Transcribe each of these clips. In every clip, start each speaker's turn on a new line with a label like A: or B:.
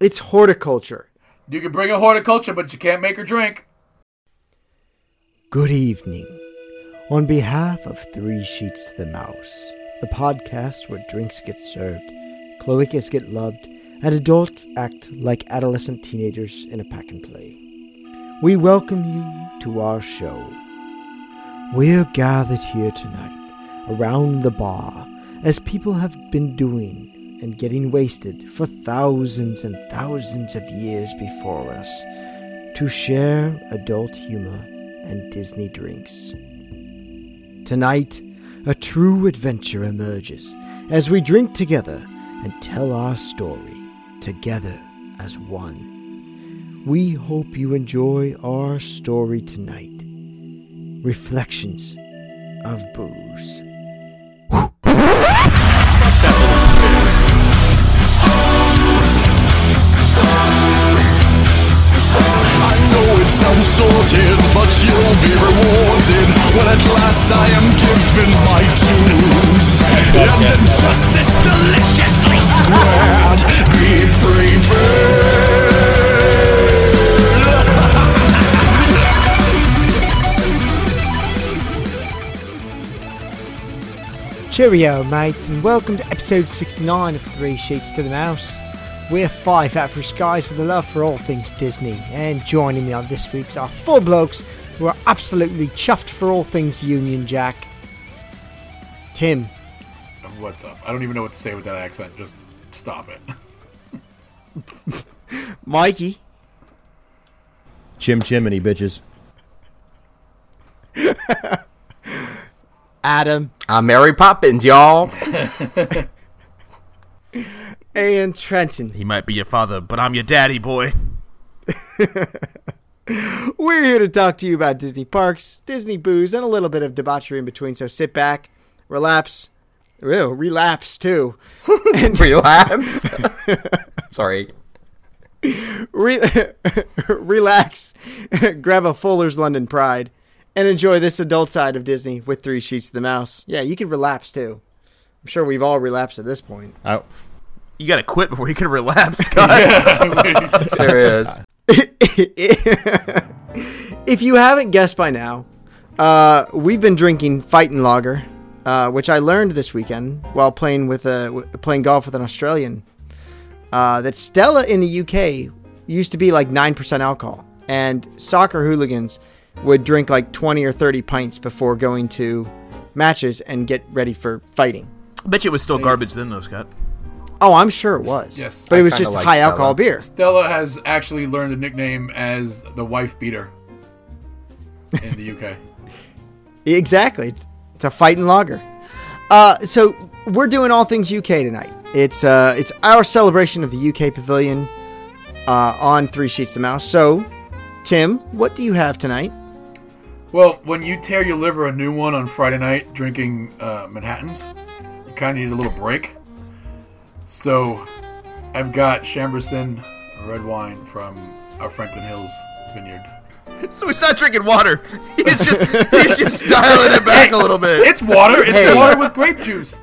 A: It's horticulture.
B: You can bring a horticulture, but you can't make her drink.
A: Good evening. On behalf of Three Sheets to the Mouse, the podcast where drinks get served, cloacas get loved, and adults act like adolescent teenagers in a pack and play, we welcome you to our show. We're gathered here tonight around the bar as people have been doing and getting wasted for thousands and thousands of years before us to share adult humor and Disney drinks. Tonight, a true adventure emerges as we drink together and tell our story together as one. We hope you enjoy our story tonight. Reflections of Booze.
C: I know it sounds sorted, but you'll be rewarded when at last I am given my dues. And injustice deliciously squared, be prepared.
A: Cheerio, mates, and welcome to episode 69 of Three Sheets to the Mouse. We're five average guys with a love for all things Disney, and joining me on this week's are four blokes who are absolutely chuffed for all things Union Jack. Tim,
B: What's up? I don't even know what to say with that accent. Just stop it.
A: Mikey,
D: Chim chimney, bitches.
A: Adam,
E: I'm Mary Poppins, y'all.
A: and Trenton.
F: He might be your father, but I'm your daddy, boy.
A: We're here to talk to you about Disney parks, Disney booze, and a little bit of debauchery in between. So sit back, relapse, ew, relapse too,
E: Relapse. Sorry.
A: Re- relax, grab a Fuller's London Pride, and enjoy this adult side of Disney with three sheets to the mouse. Yeah, you can relapse too. I'm sure we've all relapsed at this point.
D: I,
F: You gotta quit before you can relapse, Scott.
E: There is.
A: if you haven't guessed by now, uh, we've been drinking Fightin' Lager, uh, which I learned this weekend while playing with a w- playing golf with an Australian. Uh, that Stella in the UK used to be like nine percent alcohol, and soccer hooligans would drink like twenty or thirty pints before going to matches and get ready for fighting.
F: Bet you it was still garbage then, though, Scott.
A: Oh, I'm sure it was.
B: Yes.
A: but it
B: I
A: was
E: kinda
A: just
E: like
A: high alcohol
E: Stella.
A: beer.
B: Stella has actually learned the nickname as the wife beater in the UK.
A: Exactly. It's, it's a fighting lager. Uh, so we're doing all things UK tonight. It's uh, it's our celebration of the UK Pavilion uh, on Three Sheets to Mouse. So, Tim, what do you have tonight?
B: Well, when you tear your liver a new one on Friday night drinking uh, Manhattans, you kind of need a little break. So, I've got Chamberson red wine from our Franklin Hills vineyard.
F: So he's not drinking water. He's just he's just dialing it back a little bit.
B: It's water. It's
E: Hey.
B: water with grape juice.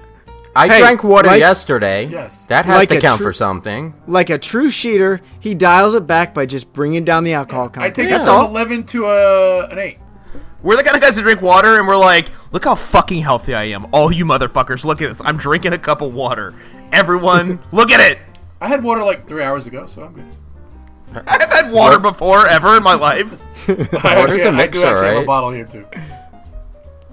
E: I
A: Hey,
E: drank water
A: like-
E: yesterday.
B: Yes.
E: That has
A: Like a
E: to count
A: tru-
E: for something.
A: Like a true sheeter, he dials it back by just bringing down the alcohol
B: I
A: content.
B: take it
A: That's
B: from
A: all.
B: eleven to uh, an eight.
F: We're the kind of guys that drink water and we're like, look how fucking healthy I am. All you motherfuckers, look at this. I'm drinking a cup of water. Everyone, look at it.
B: I had water like three hours ago, so I'm good.
F: I've had water before ever in my life.
B: I actually-
E: Water's a
B: I do
E: mixer,
B: actually have a
E: right?
B: bottle here too.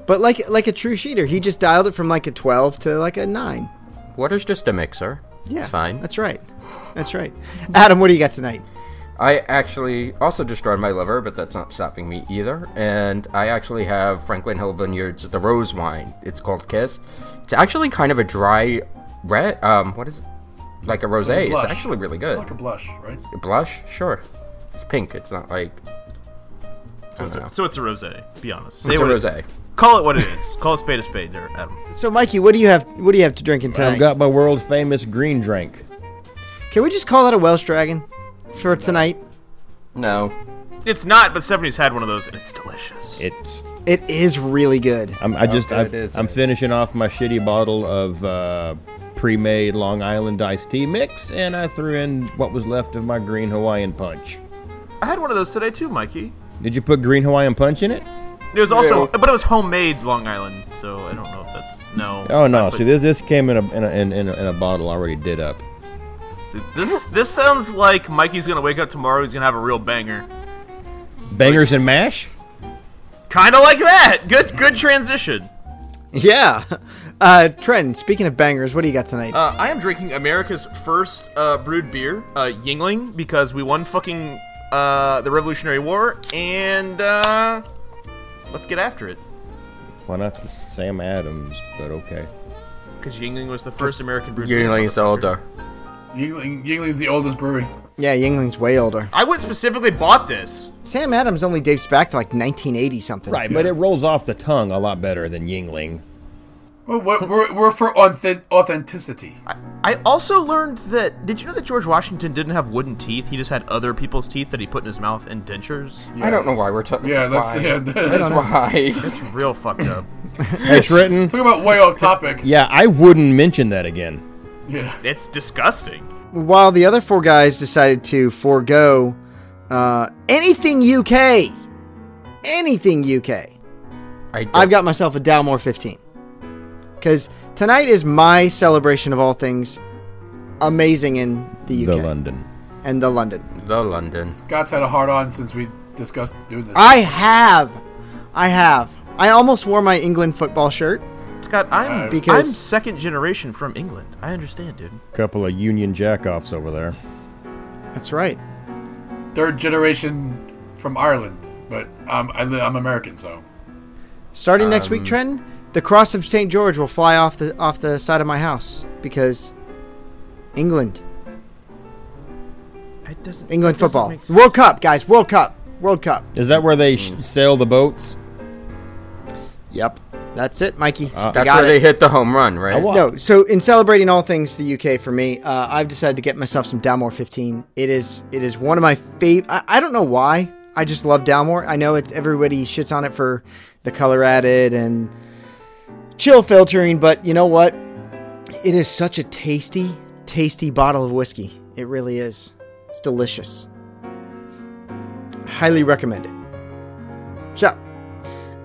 A: But like like a true sheeter, he just dialed it from like a twelve to like a nine.
E: Water's just a mixer.
A: Yeah,
E: It's fine.
A: That's right. That's right. Adam, what do you got tonight?
E: I actually also destroyed my liver, but that's not stopping me either. And I actually have Franklin Hill Vineyards, the rose wine. It's called Kiss. It's actually kind of a dry red. Um, what is it? Like a rosé.
B: Blush.
E: It's actually really good.
B: Like a blush, right?
E: Blush? Sure. It's pink. It's not like
F: So it's a rosé. Be honest. Say
E: it's a
F: what it-
E: rosé.
F: Call it what it is. Call a spade a spade, there, Adam.
A: So, Mikey, what do you have? What do you have to drink in tonight?
D: I've got my world famous green drink.
A: Can we just call that a Welsh dragon for tonight?
E: No.
F: It's not, but Stephanie's had one of those and it's delicious.
D: It's
A: It is really good.
D: I'm, I just
E: Okay,
D: I,
E: it is.
D: I'm finishing off my shitty bottle of uh, pre-made Long Island iced tea mix, and I threw in what was left of my green Hawaiian punch.
F: I had one of those today too, Mikey.
D: Did you put green Hawaiian punch in it?
F: It was also,
E: Yeah.
F: but it was homemade Long Island, so I don't know if that's no.
D: Oh no!
F: I put-
D: See, this this came in a in a, in, in a, in a bottle already did up.
F: see, this this sounds like Mikey's gonna wake up tomorrow. He's gonna have a real banger,
D: Bangers and mash.
F: kind of like that. Good good transition.
A: Yeah. Uh, Trent, speaking of bangers, what do you got tonight?
F: Uh, I am drinking America's first uh, brewed beer, uh, Yingling, because we won fucking uh, the Revolutionary War, and uh, let's get after it.
D: Why not the Sam Adams? But okay.
F: Because Yingling was the first American brewed beer.
E: Yingling is older.
B: Yingling, Yingling's the oldest brewery.
A: yeah, Yingling's way older.
F: I went specifically bought this.
A: Sam Adams only dates back to like 1980 something.
D: Right, but it rolls off the tongue a lot better than Yingling.
B: Well, we're, we're, we're for authen- authenticity.
F: I, I also learned that. Did you know that George Washington didn't have wooden teeth? He just had other people's teeth that he put in his mouth, indentures.
E: I don't know why we're talking.
B: Yeah, that's
E: why.
B: yeah. That's,
E: Why?
F: It's real fucked up.
D: It's written.
B: talk about way off topic.
D: Yeah, I wouldn't mention that again.
B: Yeah.
F: It's disgusting.
A: While the other four guys decided to forego uh, anything UK, anything UK,
E: I don't-
A: I've got myself a Dalmore 15. Because tonight is my celebration of all things amazing in the UK
D: The London.
A: and the London.
E: the London.
B: Scott's had a hard on since we discussed doing this.
A: I have. I have. I almost wore my England football shirt.
F: Scott, I'm
A: Because-
F: I'm second generation from England. I understand, dude.
D: Couple of Union jackoffs over there.
A: That's right.
B: Third generation from Ireland, but um, I li- I'm American, so
A: Starting next
E: Um,
A: week, Trenton, the cross of St. George will fly off the off the side of my house because England,
F: It doesn't.
A: England
F: it doesn't
A: football,
F: make
A: World Cup, guys, World Cup, World Cup.
D: Is that where they sh- sail the boats?
A: Yep, that's it, Mikey. You
E: Uh, That's
A: got
E: where
A: it.
E: they hit the home run, right?
D: wa-
A: No, so in celebrating all things the UK for me, uh, I've decided to get myself some Dalmore 15. It is it is one of my favorite. I, I don't know why. I just love Dalmore. I know it's everybody shits on it for the color added and chill filtering, but you know what? It is such a tasty, tasty bottle of whiskey. It really is. It's delicious. Highly recommend it. So,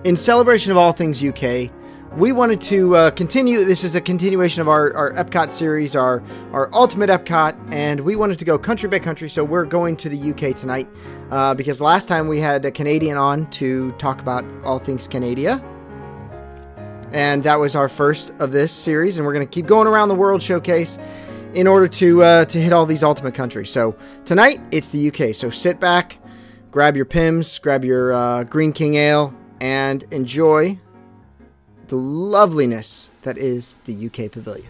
A: in celebration of all things UK, we wanted to uh, continue. This is a continuation of our, our Epcot series, our, our Ultimate Epcot, and we wanted to go country by country. So we're going to the UK tonight uh, because last time we had a Canadian on to talk about all things Canada. And that was our first of this series, and we're going to keep going around the world showcase in order to uh, to hit all these ultimate countries. So tonight it's the UK. So sit back, grab your pims, grab your uh, Green King Ale, and enjoy the loveliness that is the UK Pavilion.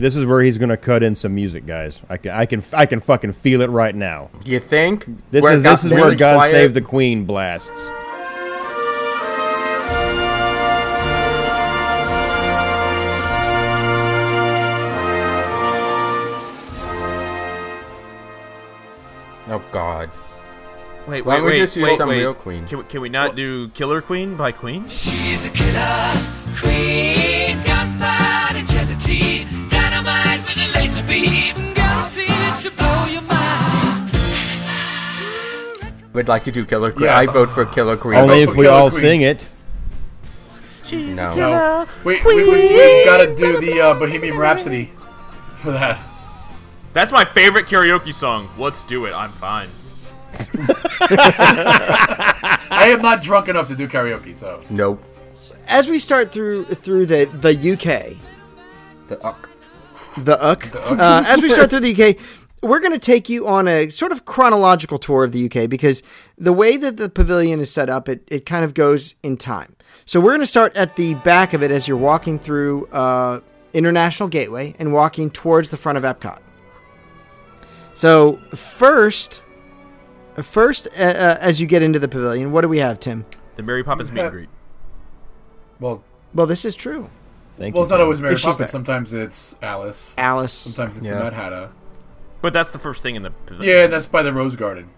D: This is where he's gonna cut in some music, guys. I can, I can, I can fucking feel it right now.
E: You think?
D: This
E: Where it
D: is
E: got
D: this is where
E: very
D: God
E: quiet?
D: Save the Queen blasts.
E: Oh God.
F: Wait,
E: Why
F: wait,
E: don't we
F: wait,
E: just use
F: wait,
E: some
F: wait.
E: real Queen?
F: Can we, can we not do Killer Queen by Queen?
G: She's a killer queen, gunpowder gelatine, dynamite with a laser beam, guaranteed to blow your mind.
E: We'd like to do Killer Queen.
B: Yes.
E: I vote for Killer Queen.
D: Only
E: but
D: if we
B: Killer
D: all
B: Queen.
D: sing it.
E: no.
B: no. We, we, we, we've got to do the uh, Bohemian Rhapsody for that.
F: That's my favorite karaoke song. Let's do it. I'm fine.
B: I am not drunk enough to do karaoke, so
E: Nope.
A: As we start through through the the UK,
E: The uck.
A: the UK, uh, as we start through the UK, we're going to take you on a sort of chronological tour of the UK because the way that the pavilion is set up, it it kind of goes in time. So we're going to start at the back of it as you're walking through uh, International Gateway and walking towards the front of Epcot. So first, first uh, uh, as you get into the pavilion, what do we have, Tim?
F: The Mary Poppins meet and greet.
B: well,
A: Well, this is true.
D: Thank
B: Well,
D: you.
B: it's not
D: Tom.
B: always Mary
A: It's just
B: Poppins.
A: that-
B: Sometimes it's Alice.
A: Alice.
B: Sometimes it's
D: Yeah.
B: the Mad
F: But that's the first thing in the. the
B: Yeah, and that's by the Rose Garden.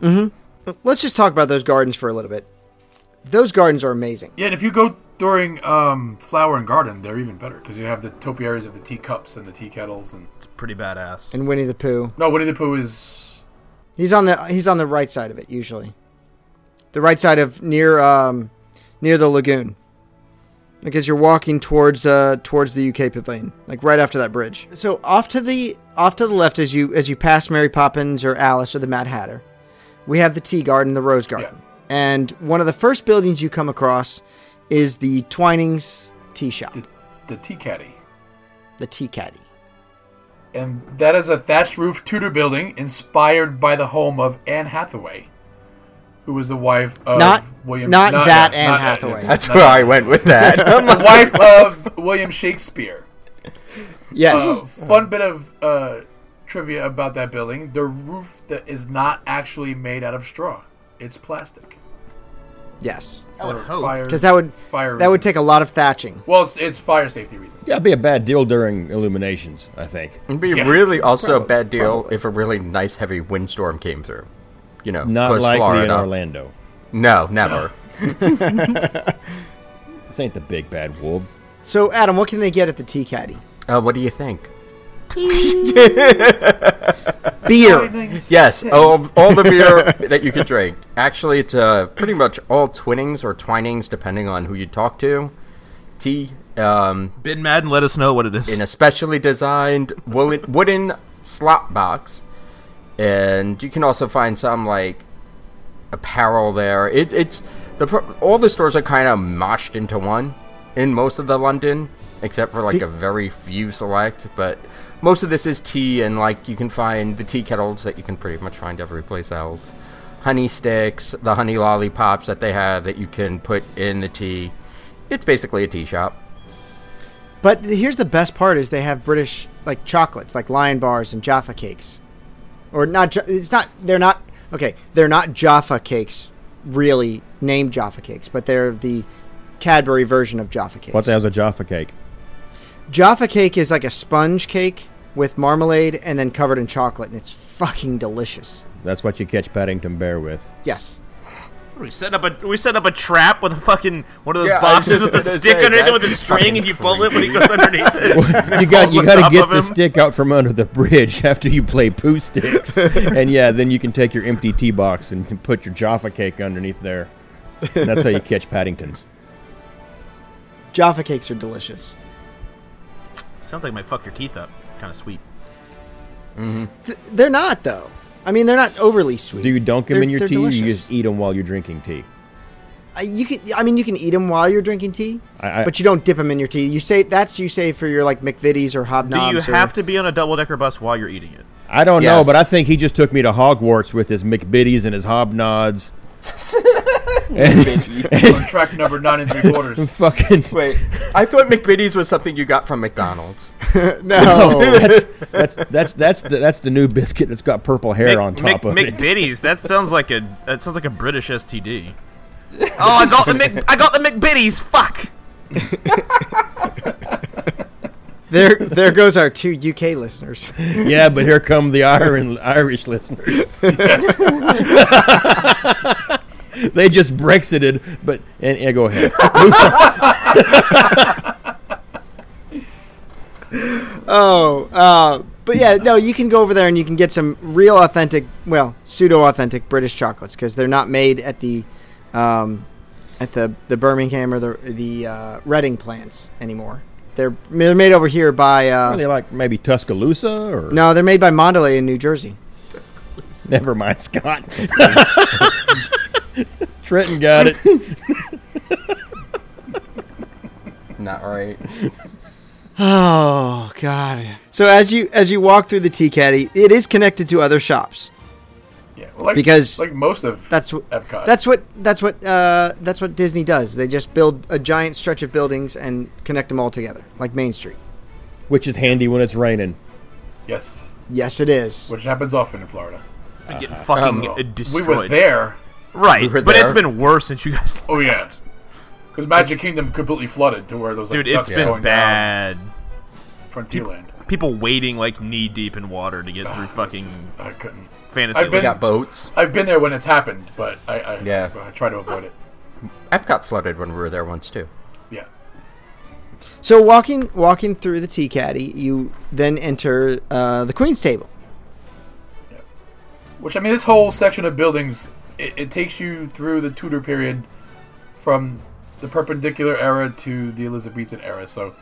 A: Let's just talk about those gardens for a little bit. Those gardens are amazing.
B: Yeah, and if you go during um, Flower and Garden, they're even better because you have the topiaries of the teacups and the tea kettles. And
F: It's pretty badass.
A: And Winnie the Pooh.
B: no, Winnie the Pooh is
A: He's on the he's on the right side of it usually. The right side of near um, near the lagoon. Because you're walking towards uh, towards the UK pavilion, like right after that bridge. So off to the off to the left as you as you pass Mary Poppins or Alice or the Mad Hatter, we have the Tea Garden, the Rose Garden, and one of the first buildings you come across is the Twinings Tea Shop,
B: the, the tea caddy,
A: the Tea Caddy.
B: and that is a thatched roof Tudor building inspired by the home of Anne Hathaway, who was the wife of
A: Not-
B: William.
A: not that Anne Hathaway.
E: That's where I went with that. I'm
B: the
E: like,
B: wife of William Shakespeare.
A: Yes, Oh.
B: Uh, fun bit of uh, trivia about that building: the roof that is not actually made out of straw; it's plastic.
A: yes,
B: I would
F: Oh, hope.
A: because that would
B: fire.
A: that would
B: reasons.
A: take a lot of thatching.
B: Well, it's, it's fire safety reasons.
D: Yeah, it'd be a bad deal during illuminations. I think
E: It'd be
B: Yeah.
E: really also a bad deal if a really nice heavy windstorm came through. You know,
D: not
E: plus
D: likely in
E: Florida.
D: Orlando.
E: No, never.
D: This ain't the big bad wolf.
A: So Adam, what can they get at the Tea Caddy?
E: Uh, what do you think?
A: Beer.
E: Yes, all, all the beer that you could drink. Actually, it's uh, pretty much all twinnings or twinings, depending on who you talk to. Tea, um,
F: Bin Madden, let us know what it is.
E: in a specially designed woolen, wooden slot box, and you can also find some like apparel there. It, it's the pro- all the stores are kind of moshed into one in most of the London, except for like a very few select. But most of this is tea, and like you can find the tea kettles that you can pretty much find every place else. Honey sticks, the honey lollipops that they have that you can put in the tea. It's basically a tea shop.
A: But here's the best part: is they have British like chocolates, like Lion bars and Jaffa cakes, or not. Ja- It's not. They're not. Okay, they're not Jaffa cakes, really named Jaffa cakes, but they're the Cadbury version of Jaffa cakes.
D: What the hell's a Jaffa cake?
A: Jaffa cake is like a sponge cake with marmalade and then covered in chocolate, and it's fucking delicious.
D: That's what you catch Paddington Bear with.
A: Yes.
F: What Are we setting up a are we setting up a trap with a fucking one of those
E: Yeah, I was
F: boxes
E: just
F: with a
E: gonna
F: stick
E: say,
F: underneath it with a
E: that's
F: string and you
E: fucking
F: pull it when he goes underneath it.
D: You got you
F: on
D: got
F: top
D: to get
F: of
D: the
F: him.
D: stick out from under the bridge after you play poo sticks, and yeah, then you can take your empty tea box and put your Jaffa cake underneath there. And that's how you catch Paddingtons.
A: Jaffa cakes are delicious.
F: Sounds like my fuck your teeth up. Kind of sweet.
A: Th- they're not though. I mean, they're not overly sweet.
D: Do you dunk them
A: They're-
D: in your
A: they're
D: tea? or You
A: delicious.
D: just eat them while you're drinking tea.
A: Uh, you can. I mean, you can eat them while you're drinking tea,
D: I- I-
A: but you don't dip them in your tea. You say that's you say for your like McVitie's or
F: Do
A: hobnobs.
F: you
A: or-
F: have to be on a double decker bus while you're eating it?
D: I don't know,
E: Yes.
D: but I think he just took me to Hogwarts with his McBitties and his hobnods.
B: On track number nine and three quarters.
D: Fucking
E: Wait, I thought McVitie's was something you got from McDonald's.
A: No.
D: that's Oh, that's that's that's the, that's the new biscuit that's got purple hair
F: Mc-
D: on
F: Mc-
D: top of it.
F: McBitties. That sounds like a that sounds like a British STD. oh, I got the Mc, I got the McBitties. Fuck.
A: there, there goes our two UK listeners.
D: Yeah, but here come the Iron, Irish listeners. they just Brexited, but and yeah, go ahead. Move on.
A: Oh, uh, but yeah, no, you can go over there and you can get some real authentic, well, pseudo authentic British chocolates because they're not made at the, um, at the the Birmingham or the the uh, Reading plants anymore. They're they're made over here by.
D: Are
A: Uh,
D: they like maybe Tuscaloosa or
A: no, they're made by Mondelez in New Jersey.
D: Never mind, Scott. Trenton got it.
E: Not right.
A: Oh God! So as you as you walk through the tea caddy, it is connected to other shops.
B: Yeah, well, like,
A: Because
B: like most of
A: That's what
B: Epcot.
A: that's what that's what uh, that's what Disney does. They just build a giant stretch of buildings and connect them all together, like Main Street.
D: Which is handy when it's raining.
B: yes,
A: Yes, it is.
B: which happens often in Florida.
F: I'm getting fucking uh,
B: Well,
F: destroyed.
B: we were there.
F: Right,
E: were
F: but it's
E: there.
F: been worse since you guys.
B: Oh yeah, Because Magic Kingdom completely flooded to where those like,
F: Dude, it's
B: ducks were
F: been
B: going
F: bad.
B: down Frontierland.
F: People wading like knee deep in water to get through fucking
B: It's just- I couldn't.
F: fantasy.
B: I've been-
F: Land.
E: Got boats.
B: I've been there when it's happened, but I, I,
E: Yeah.
B: I try to avoid it.
E: Epcot flooded when we were there once too.
B: Yeah.
A: So walking walking through the tea caddy, you then enter uh, the queen's table.
B: Which I mean, this whole section of buildings it, it takes you through the Tudor period, from the Perpendicular era to the Elizabethan era. So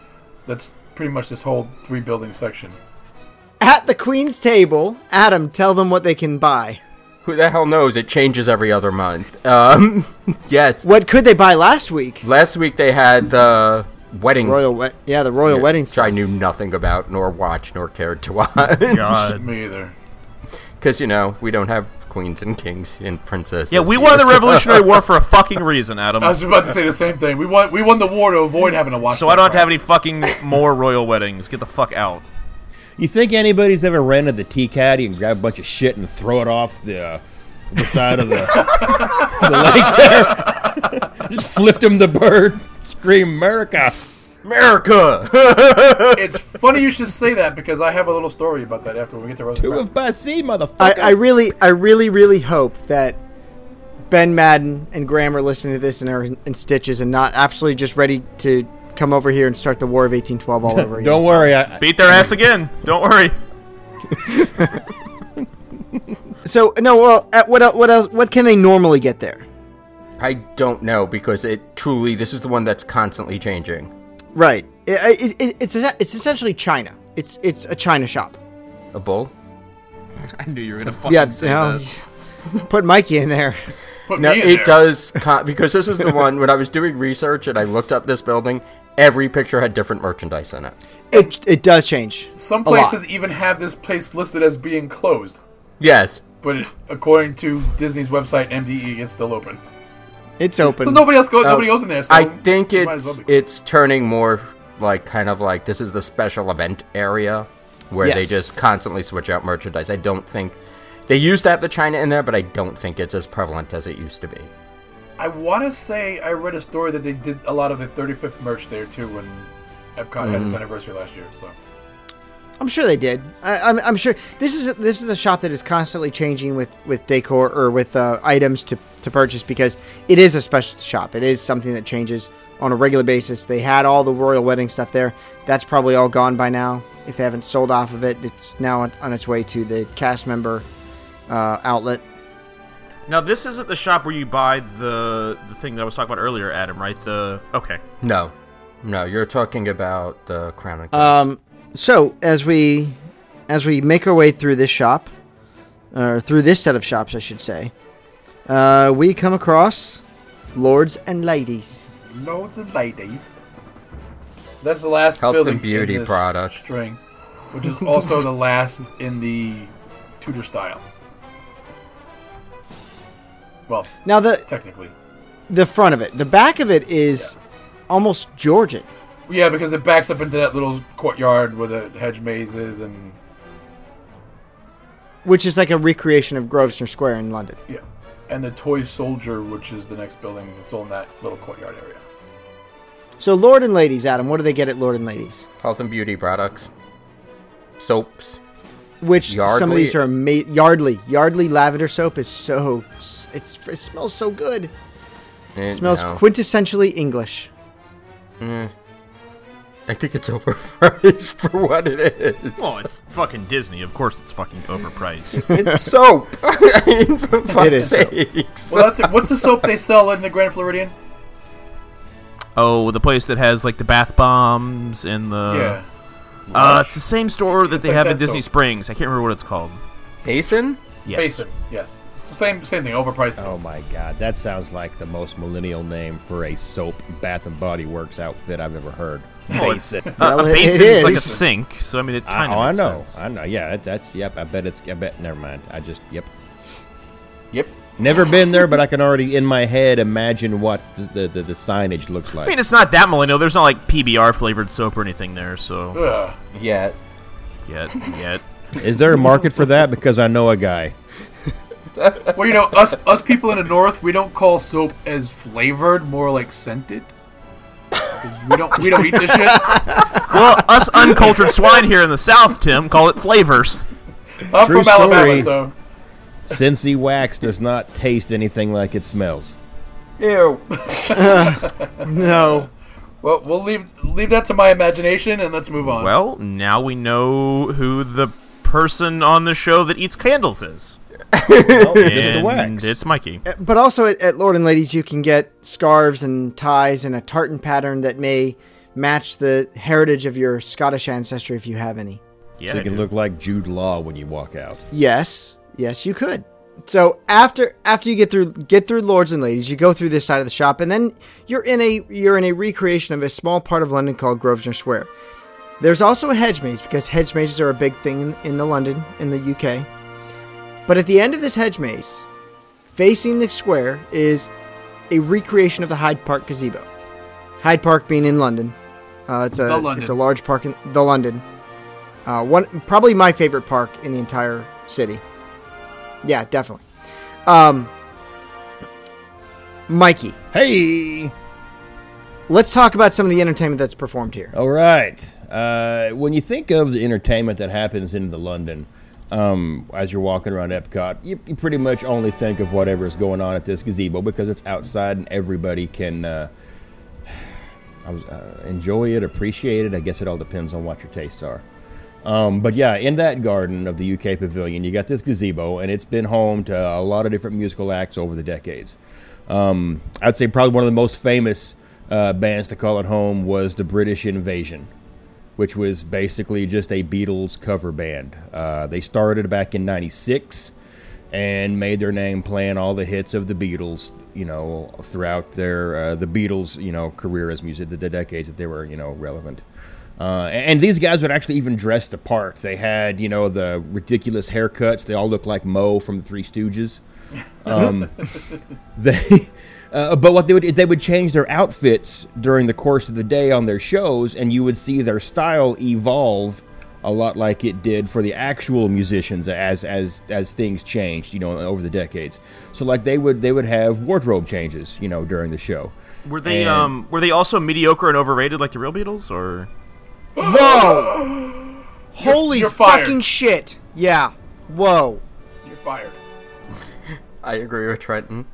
B: that's pretty much this whole three building section.
A: At the queen's table, Adam, tell them what they can buy.
E: Who the hell knows? It changes every other month. Um, yes.
A: What could they buy last week?
E: Last week they had the wedding.
A: Royal, we- yeah, the royal wedding.
E: which I
A: Stuff.
E: knew nothing about, nor watched, nor cared to watch.
F: God.
B: Me either.
E: Because, you know, we don't have queens and kings and princesses.
F: Yeah, we
E: here,
F: won the
E: so-
F: Revolutionary War for a fucking reason, Adam.
B: I was about to say the same thing. We won. We won the war to avoid having to watch.
F: So
B: that
F: I don't have to
B: crap.
F: have any fucking more royal weddings. Get the fuck out.
D: You think anybody's ever rented the tea caddy and grabbed a bunch of shit and throw it off the uh, the side of the, the lake there? Just flipped him the bird, scream America.
E: America!
B: It's funny you should say that because I have a little story about that after we get to
D: Who
B: Rosenkrantz.
D: of by sea,
A: I,
D: motherfucker?
A: I really, I really, really hope that Ben Madden and Graham are listening to this and are in, in stitches and not absolutely just ready to come over here and start the War of 1812 all over again.
D: Don't worry, I,
F: Beat their ass again. Don't worry.
A: So no, well, at what el- what else? What can they normally get there?
E: I don't know because it truly, this is the one that's constantly changing.
A: Right. It, it, it, it's it's essentially China. It's it's a China shop.
E: A bull?
F: I knew you were gonna fucking
A: Yeah, say no. that. Put Mikey in there.
B: Put
E: No,
B: me in
E: it
B: there.
E: does, con- because this is the one, when I was doing research and I looked up this building, every picture had different merchandise in it.
A: It it does change.
B: Some
A: a lot.
B: places even have this place listed as being closed,
E: Yes.
B: but it, according to Disney's website, MDE, it's still open.
A: It's open.
B: But nobody else goes.
E: Uh,
B: nobody goes in there. So
E: I think
B: you might
E: it's
B: as well be.
E: it's turning more like kind of like this is the special event area where they
A: Yes.
E: just constantly switch out merchandise. I don't think they used to have the China in there, but I don't think it's as prevalent as it used to be.
B: I want to say I read a story that they did a lot of the 35th merch there too when Epcot had
E: Mm-hmm.
B: its anniversary last year. So
A: I'm sure they did. I, I'm I'm sure this is this is a shop that is constantly changing with with decor or with uh, items to to purchase because it is a special shop. It is something that changes on a regular basis. They had all the royal wedding stuff there. That's probably all gone by now. If they haven't sold off of it, it's now on, on its way to the cast member uh, outlet.
F: Now this isn't the shop where you buy the the thing that I was talking about earlier, Adam. Right? The okay.
E: No, no, you're talking about the Crown and King.
A: Um, so as we as we make our way through this shop, or through this set of shops, I should say, uh, we come across lords and ladies.
B: loads of ladies. That's the last
E: Health
B: building
E: and beauty
B: in this
E: products.
B: string, which is also the last in the Tudor style. Well,
A: Now the
B: technically,
A: the front of it, the back of it is almost Georgian.
B: yeah, because it backs up into that little courtyard where the hedge maze is, and
A: Which is like a recreation of Grosvenor Square in London.
B: yeah, and the toy soldier, which is the next building that's all in that little courtyard area.
A: So, Lord and Ladies, Adam, what do they get at Lord and Ladies?
E: Health and beauty products, soaps.
A: Which some of
E: Yardley.
A: these are ama- Yardley. Yardley lavender soap is so. It's, it smells so good.
E: eh,
A: It smells
E: no.
A: quintessentially English.
E: I think it's overpriced for what it is.
F: Well, it's fucking Disney. Of course, it's fucking overpriced.
E: it's soap. I mean, for fuck's
A: is soap.
E: sakes.
B: Well, that's it. What's the soap they sell in the Grand Floridian?
F: oh, the place that has like the bath bombs and the
B: yeah,
F: Uh, it's the same store that they
B: like
F: have in
B: that
F: Disney
B: soap.
F: Springs. I can't remember what it's called.
E: Basin.
F: Yes.
B: Basin. Yes, it's the same same thing. Overpriced.
D: Oh my god, that sounds like the most millennial name for a soap, Bath and Body Works outfit I've ever heard.
F: Oh, it's-
D: Basic.
F: Uh,
A: Well,
F: a
A: it-
F: basin
A: it
F: is like a
A: is.
F: sink, so I mean, it
D: I,
F: kind
D: oh,
F: of.
D: I
F: makes
D: know,
F: sense.
D: I know. Yeah, that, that's yep. I bet it's. I bet. Never mind. I just yep.
E: Yep.
D: Never been there, but I can already in my head imagine what the the, the, the signage looks like.
F: I mean, it's not that millennial. There's not like PBR flavored soap or anything there, so
B: Ugh.
E: Yeah.
F: yet, yet.
D: Is there a market for that? Because I know a guy.
B: Well, you know, us us people in the north, we don't call soap as flavored, more like scented. 'Cause We don't we don't eat this shit.
F: Well, us uncultured swine here in the South, Tim, call it flavors.
B: I'm
D: True
B: from Alabama,
D: story.
B: so
D: Cincy wax does not taste anything like it smells.
E: Ew.
A: No.
B: well we'll leave leave that to my imagination and let's move on.
F: Well, now we know who the person on the show that eats candles is.
D: No, it's just the
F: And
D: wax.
F: It's Mikey.
A: But also at, at Lord and Ladies, you can get scarves and ties in a tartan pattern that may match the heritage of your Scottish ancestry if you have any.
F: Yeah,
D: so you
F: I
D: can
F: do.
D: look like Jude Law when you walk out.
A: Yes, yes, you could. So after after you get through get through Lords and Ladies, you go through this side of the shop, and then you're in a you're in a recreation of a small part of London called Grosvenor Square. There's also a hedge maze because hedge mazes are a big thing in, in the London in the UK. But at the end of this hedge maze, facing the square is a recreation of the Hyde Park gazebo. Hyde Park being in London, uh, it's a
B: The London.
A: it's a large park in the London. Uh, one probably my favorite park in the entire city. Yeah, definitely. Um, Mikey,
D: Hey!
A: let's talk about some of the entertainment that's performed here.
D: All right. Uh, when you think of the entertainment that happens in the London, um, as you're walking around Epcot, you, you pretty much only think of whatever is going on at this gazebo because it's outside and everybody can uh, I was, uh, enjoy it, appreciate it. I guess it all depends on what your tastes are. Um, but yeah, in that garden of the UK Pavilion, you got this gazebo, and it's been home to a lot of different musical acts over the decades. Um, I'd say probably one of the most famous uh, bands to call it home was the British Invasion, which was basically just a Beatles cover band. Uh, they started back in '96 and made their name playing all the hits of the Beatles, you know, throughout their uh, the Beatles, you know, career as music, the, the decades that they were, you know, relevant. Uh, and, and these guys would actually even dress the part. They had, you know, the ridiculous haircuts. They all looked like Moe from the Three Stooges. They, uh, but what they would they would change their outfits during the course of the day on their shows, and you would see their style evolve a lot like it did for the actual musicians as as as things changed, you know, over the decades. So like they would they would have wardrobe changes, you know, during the show.
F: Were they
D: And-
F: um were they also mediocre and overrated like the real Beatles or
A: Whoa! Holy
B: you're fired.
A: fucking shit! Yeah. Whoa.
B: You're fired.
E: I agree with Trenton.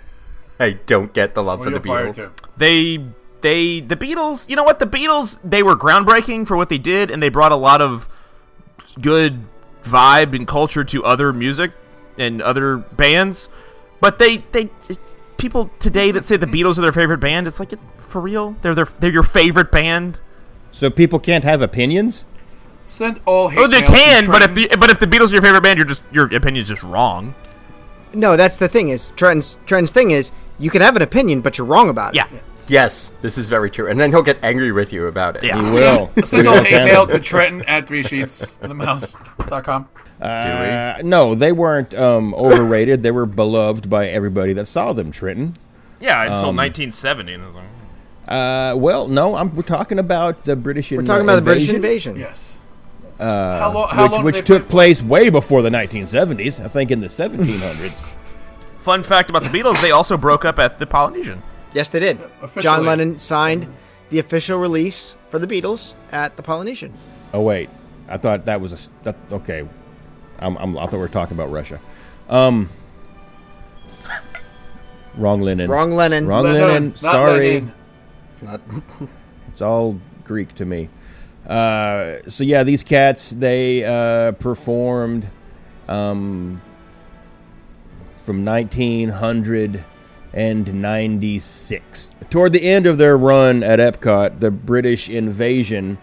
E: I don't get the love
B: Well,
E: for the
B: you're fired
E: Beatles.
B: too.
F: they they the Beatles, you know what? The Beatles, they were groundbreaking for what they did and they brought a lot of good vibe and culture to other music and other bands. But they they it's people today that say the Beatles are their favorite band, it's like for real? They're their they're your favorite band?
D: So people can't have opinions.
B: Send all hate.
F: Oh, they
B: mail to
F: can, but if
B: Trenton.
F: the but if the Beatles are your favorite band, you're just your opinion's just wrong.
A: No, that's the thing is Trent's Trent's thing is you can have an opinion, but you're wrong about it.
F: Yeah.
E: Yes, this is very true. And then he'll get angry with you about it.
F: Yeah.
D: They will.
B: send all hate mail
D: Do
B: to Trenton at three sheets to the mouse dot com.
D: Uh, no, they weren't um, overrated. they were beloved by everybody that saw them. Trenton.
F: Yeah,
A: Um,
F: until 1970 and it was like
D: Uh, well, no, I'm, we're talking about the British.
A: We're talking about the British invasion.
B: Yes. Uh, how long? How
D: which
B: long
D: which
B: did they
D: took
B: play
D: place way before the 1970s. I think in the 1700s.
F: Fun fact about the Beatles, they also broke up at the Polynesian.
A: Yes, they did.
B: Officially.
A: John Lennon signed the official release for the Beatles at the Polynesian.
D: oh wait, I thought that was a s- that, okay. I'm, I'm, I thought we were talking about Russia. Um, wrong Lenin.
A: Wrong Lennon.
D: Wrong
B: for?
D: Lennon.
B: not
D: sorry.
B: Lenin.
D: It's all Greek to me. Uh, so yeah, these cats they uh, performed um, from 1996 toward the end of their run at Epcot. The British invasion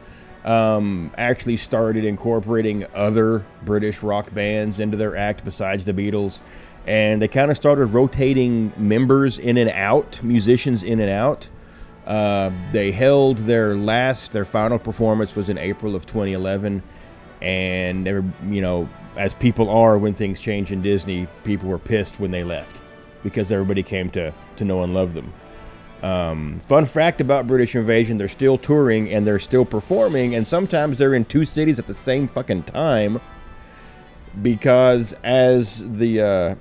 D: um, actually started incorporating other British rock bands into their act besides the Beatles. And they kind of started rotating members in and out, musicians in and out. Uh, they held their last, their final performance was in April of 2011, and they were, you know, as people are when things change in Disney, people were pissed when they left because everybody came to to know and love them. Um, fun fact about British Invasion: they're still touring and they're still performing, and sometimes they're in two cities at the same fucking time because, as the uh,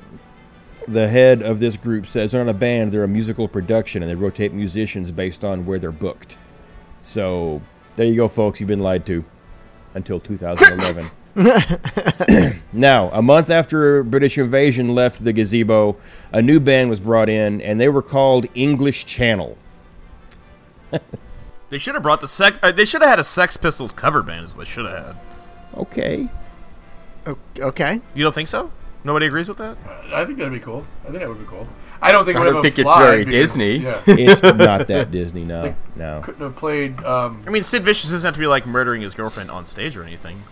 D: the head of this group says they're not a band, they're a musical production, and they rotate musicians based on where they're booked. So there you go, folks. You've been lied to until 2011. now, a month after British invasion left the gazebo, a new band was brought in, and they were called English Channel.
F: They should have brought the sex. Uh, they should have had a Sex Pistols cover band. Is what they should have had.
D: Okay.
A: O- Okay.
F: You don't think so? Nobody agrees with that.
B: I think that'd be cool. I think that would be cool. I don't think it
E: I
B: would
E: don't
B: have
E: think it's
B: fly
E: very
B: because-
E: Disney.
B: Yeah,
D: It's not that Disney, no. No.
B: couldn't have played. Um,
F: I mean, Sid Vicious doesn't have to be like murdering his girlfriend on stage or anything.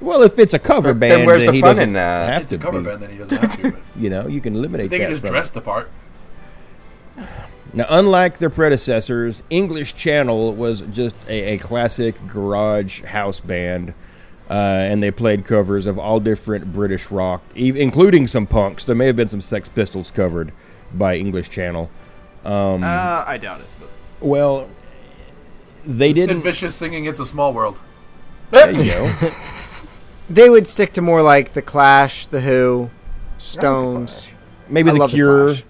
D: Well, if it's a cover
E: Then
D: band,
E: where's
D: then
E: the
D: he
E: fun
D: doesn't
E: in that?
D: have
B: it's
D: to
B: a cover
D: be.
B: band that he doesn't have to. But
D: You know, you can eliminate
B: they
D: that.
B: can just
D: from
B: dress the part.
D: it. Now, unlike their predecessors, English Channel was just a, a classic garage house band, uh, and they played covers of all different British rock, e- including some punks. There may have been some Sex Pistols covered by English Channel.
F: Uh, I doubt it.
D: Well, they
B: Sid
D: didn't.
B: Vicious singing "It's a Small World."
D: There you go.
A: They would stick to more like the Clash, the Who, Stones.
D: maybe
A: I
D: the
A: love The
D: cure
A: Clash.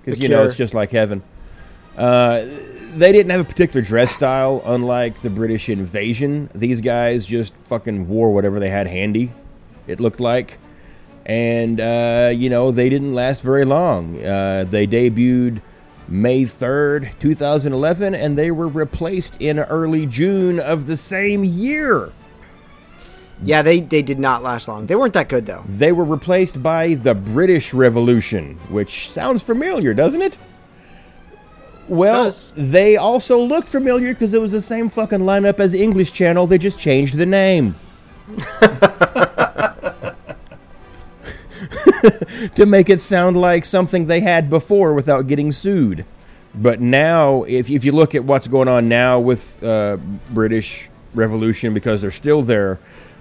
D: because
A: The
D: you know it's
A: Cure.
D: just like heaven uh, they didn't have a particular dress style unlike the british invasion these guys just fucking wore whatever they had handy it looked like and uh, you know they didn't last very long uh, they debuted may 3rd 2011 and they were replaced in early june of the same year
A: Yeah, they they did not last long. They weren't that good though.
D: they were replaced by the British Revolution, which sounds familiar, doesn't it? Well,
A: Does.
D: they also looked familiar because it was the same fucking lineup as the English Channel. They just changed the name. to make it sound like something they had before without getting sued. But now, if, if you look at what's going on now with uh, British Revolution, because they're still there,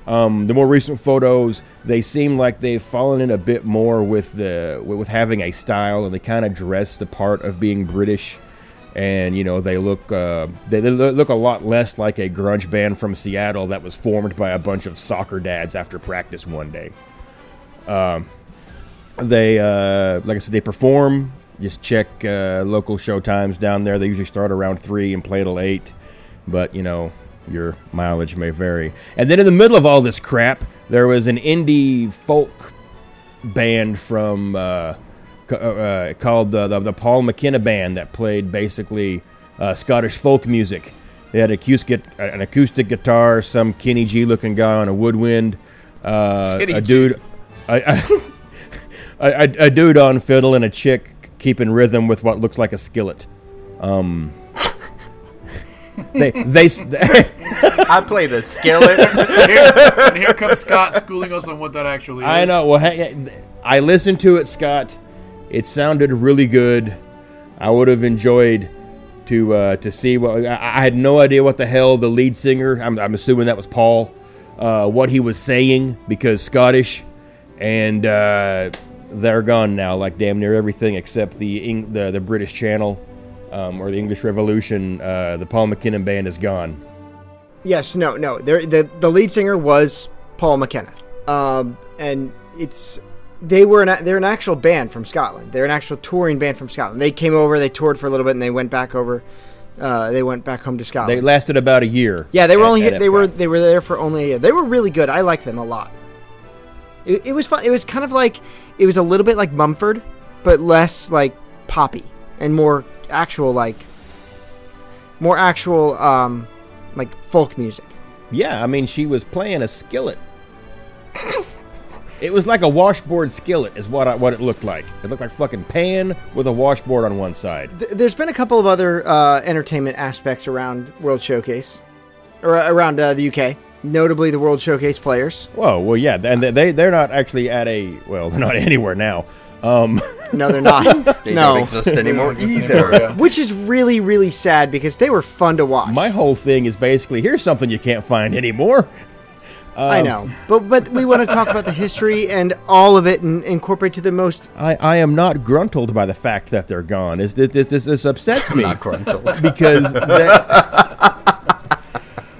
D: um, the more recent photos, they seem like they've fallen in a bit more with the with with having a style, and they kind of dress the part of being British. And you know they look uh, they, they lo- look a lot less like a grunge band from Seattle that was formed by a bunch of soccer dads after practice one day they uh, like I said, they perform. Just check uh, local show times down there. They usually start around three and play till eight, but you know your mileage may vary. And then in the middle of all this crap, there was an indie folk band from uh, c- uh, uh, called the, the the Paul McKenna band that played basically uh, Scottish folk music. They had acoustic uh, an acoustic guitar, some Kenny G looking guy on a woodwind, uh,
F: Kenny
D: a
F: G.
D: dude, a, a, a, a dude on fiddle, and a chick keeping rhythm with what looks like a skillet. Um, they they. s-
E: I play the skillet.
B: Here, and here comes Scott schooling us on what that actually is.
D: I know. Well, hey, I listened to it, Scott. It sounded really good. I would have enjoyed to uh, to see what I, I had no idea what the hell the lead singer. I'm, I'm assuming that was Paul. Uh, what he was saying because Scottish, and uh, they're gone now. Like damn near everything except the Eng- the, the British Channel um, or the English Revolution. Uh, the Paul McKinnon band is gone.
A: Yes, no, no. There, the the lead singer was Paul McKenna, um, and it's they were an they're an actual band from Scotland. They're an actual touring band from Scotland. They came over, they toured for a little bit, and they went back over. Uh, they went back home to
D: They
A: Scotland.
D: lasted about a year.
A: yeah, they were
D: at-
A: only
D: at
A: here, they were
D: Epcot.
A: they were there for only a year. They were really good. I liked them a lot. It, it was fun. It was kind of like it was a little bit like Mumford, but less like poppy and more actual like more actual um, like folk music.
D: Yeah, I mean, she was playing a skillet. it was like a washboard skillet, is what I, what it looked like. It looked like fucking pan with a washboard on one side.
A: Th- There's been a couple of other uh, entertainment aspects around World Showcase, or uh, around uh, the UK, notably the World Showcase players.
D: Whoa, well, yeah, and they- they they're not actually at a well, they're not anywhere now. Um,
A: No, they're not.
E: They
A: no,
E: don't exist anymore
B: Anymore,
E: either.
B: yeah.
A: which is really really sad because they were fun to watch.
D: my whole thing is basically here's something you can't find anymore.
A: I know, but but we want to talk about the history and all of it and incorporate to the most.
D: I, I am not gruntled by the fact that they're gone. Is this this this, this upsets me
E: Not gruntled.
D: because that,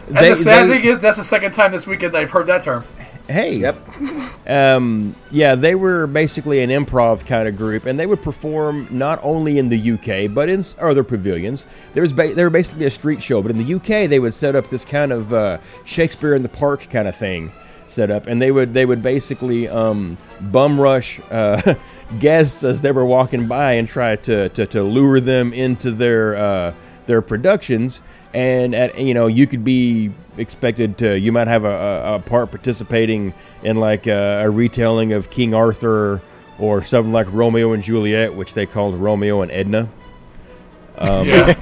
B: And
D: They-
B: the sad
D: they-
B: thing is, that's the second time this weekend I've heard that term.
D: Hey. Yep. um, yeah, they were basically an improv kind of group, and they would perform not only in the UK but in s- other pavilions. There was ba- they were basically a street show, but in the UK they would set up this kind of uh, Shakespeare in the Park kind of thing set up, and they would they would basically um, bum rush uh, guests as they were walking by and try to to, to lure them into their uh, their productions and at you know you could be expected to you might have a, a, a part participating in like a, a retelling of king arthur or something like romeo and juliet which they called romeo and edna Um,
B: yeah.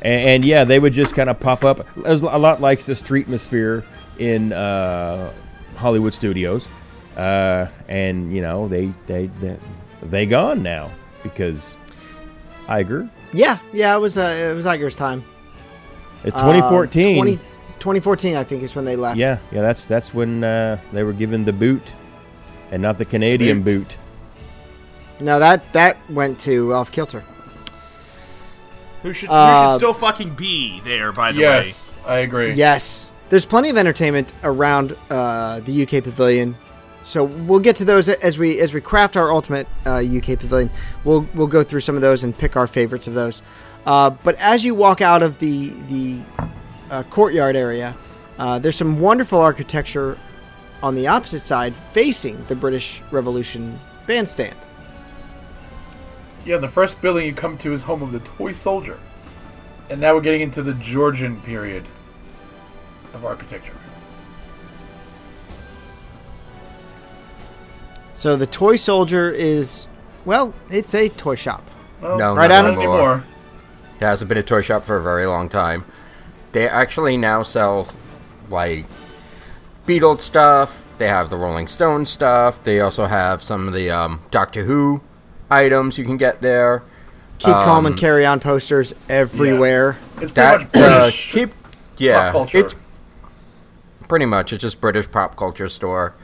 D: and, and yeah they would just kind of pop up it was a lot like the streetmosphere in uh, hollywood studios uh, and you know they, they they they gone now because Iger.
A: Yeah, yeah, it was uh, it was Iger's time.
D: It's
A: Um,
D: 2014
A: 20 2014, I think, is when they left.
D: Yeah, yeah, that's that's when uh, they were given the boot, and not the Canadian boot.
A: No, that that went to Off Kilter.
F: Who should, who
A: Uh,
F: should still fucking be there, by the
B: yes, I agree.
A: Yes, there's plenty of entertainment around uh, the UK Pavilion, so we'll get to those as we as we craft our ultimate uh, UK Pavilion. We'll we'll go through some of those and pick our favorites of those. Uh, but as you walk out of the the uh, courtyard area, uh, there's some wonderful architecture on the opposite side facing the British Revolution bandstand.
B: Yeah, the first building you come to is home of the toy soldier. And now we're getting into the Georgian period of architecture.
A: So the toy soldier is well, it's a toy shop.
B: Well,
E: No,
A: Right,
E: not
A: Adam?
B: anymore.
E: It has been a toy shop for a very long time. They actually now sell like Beatles stuff. They have the Rolling Stone stuff. They also have some of the um, Doctor Who items you can get there.
A: Keep calm and carry on posters everywhere.
B: It's pretty much
E: That uh,
B: British
E: keep
B: pop
E: yeah,
B: culture.
E: it's pretty much it's just British pop culture store.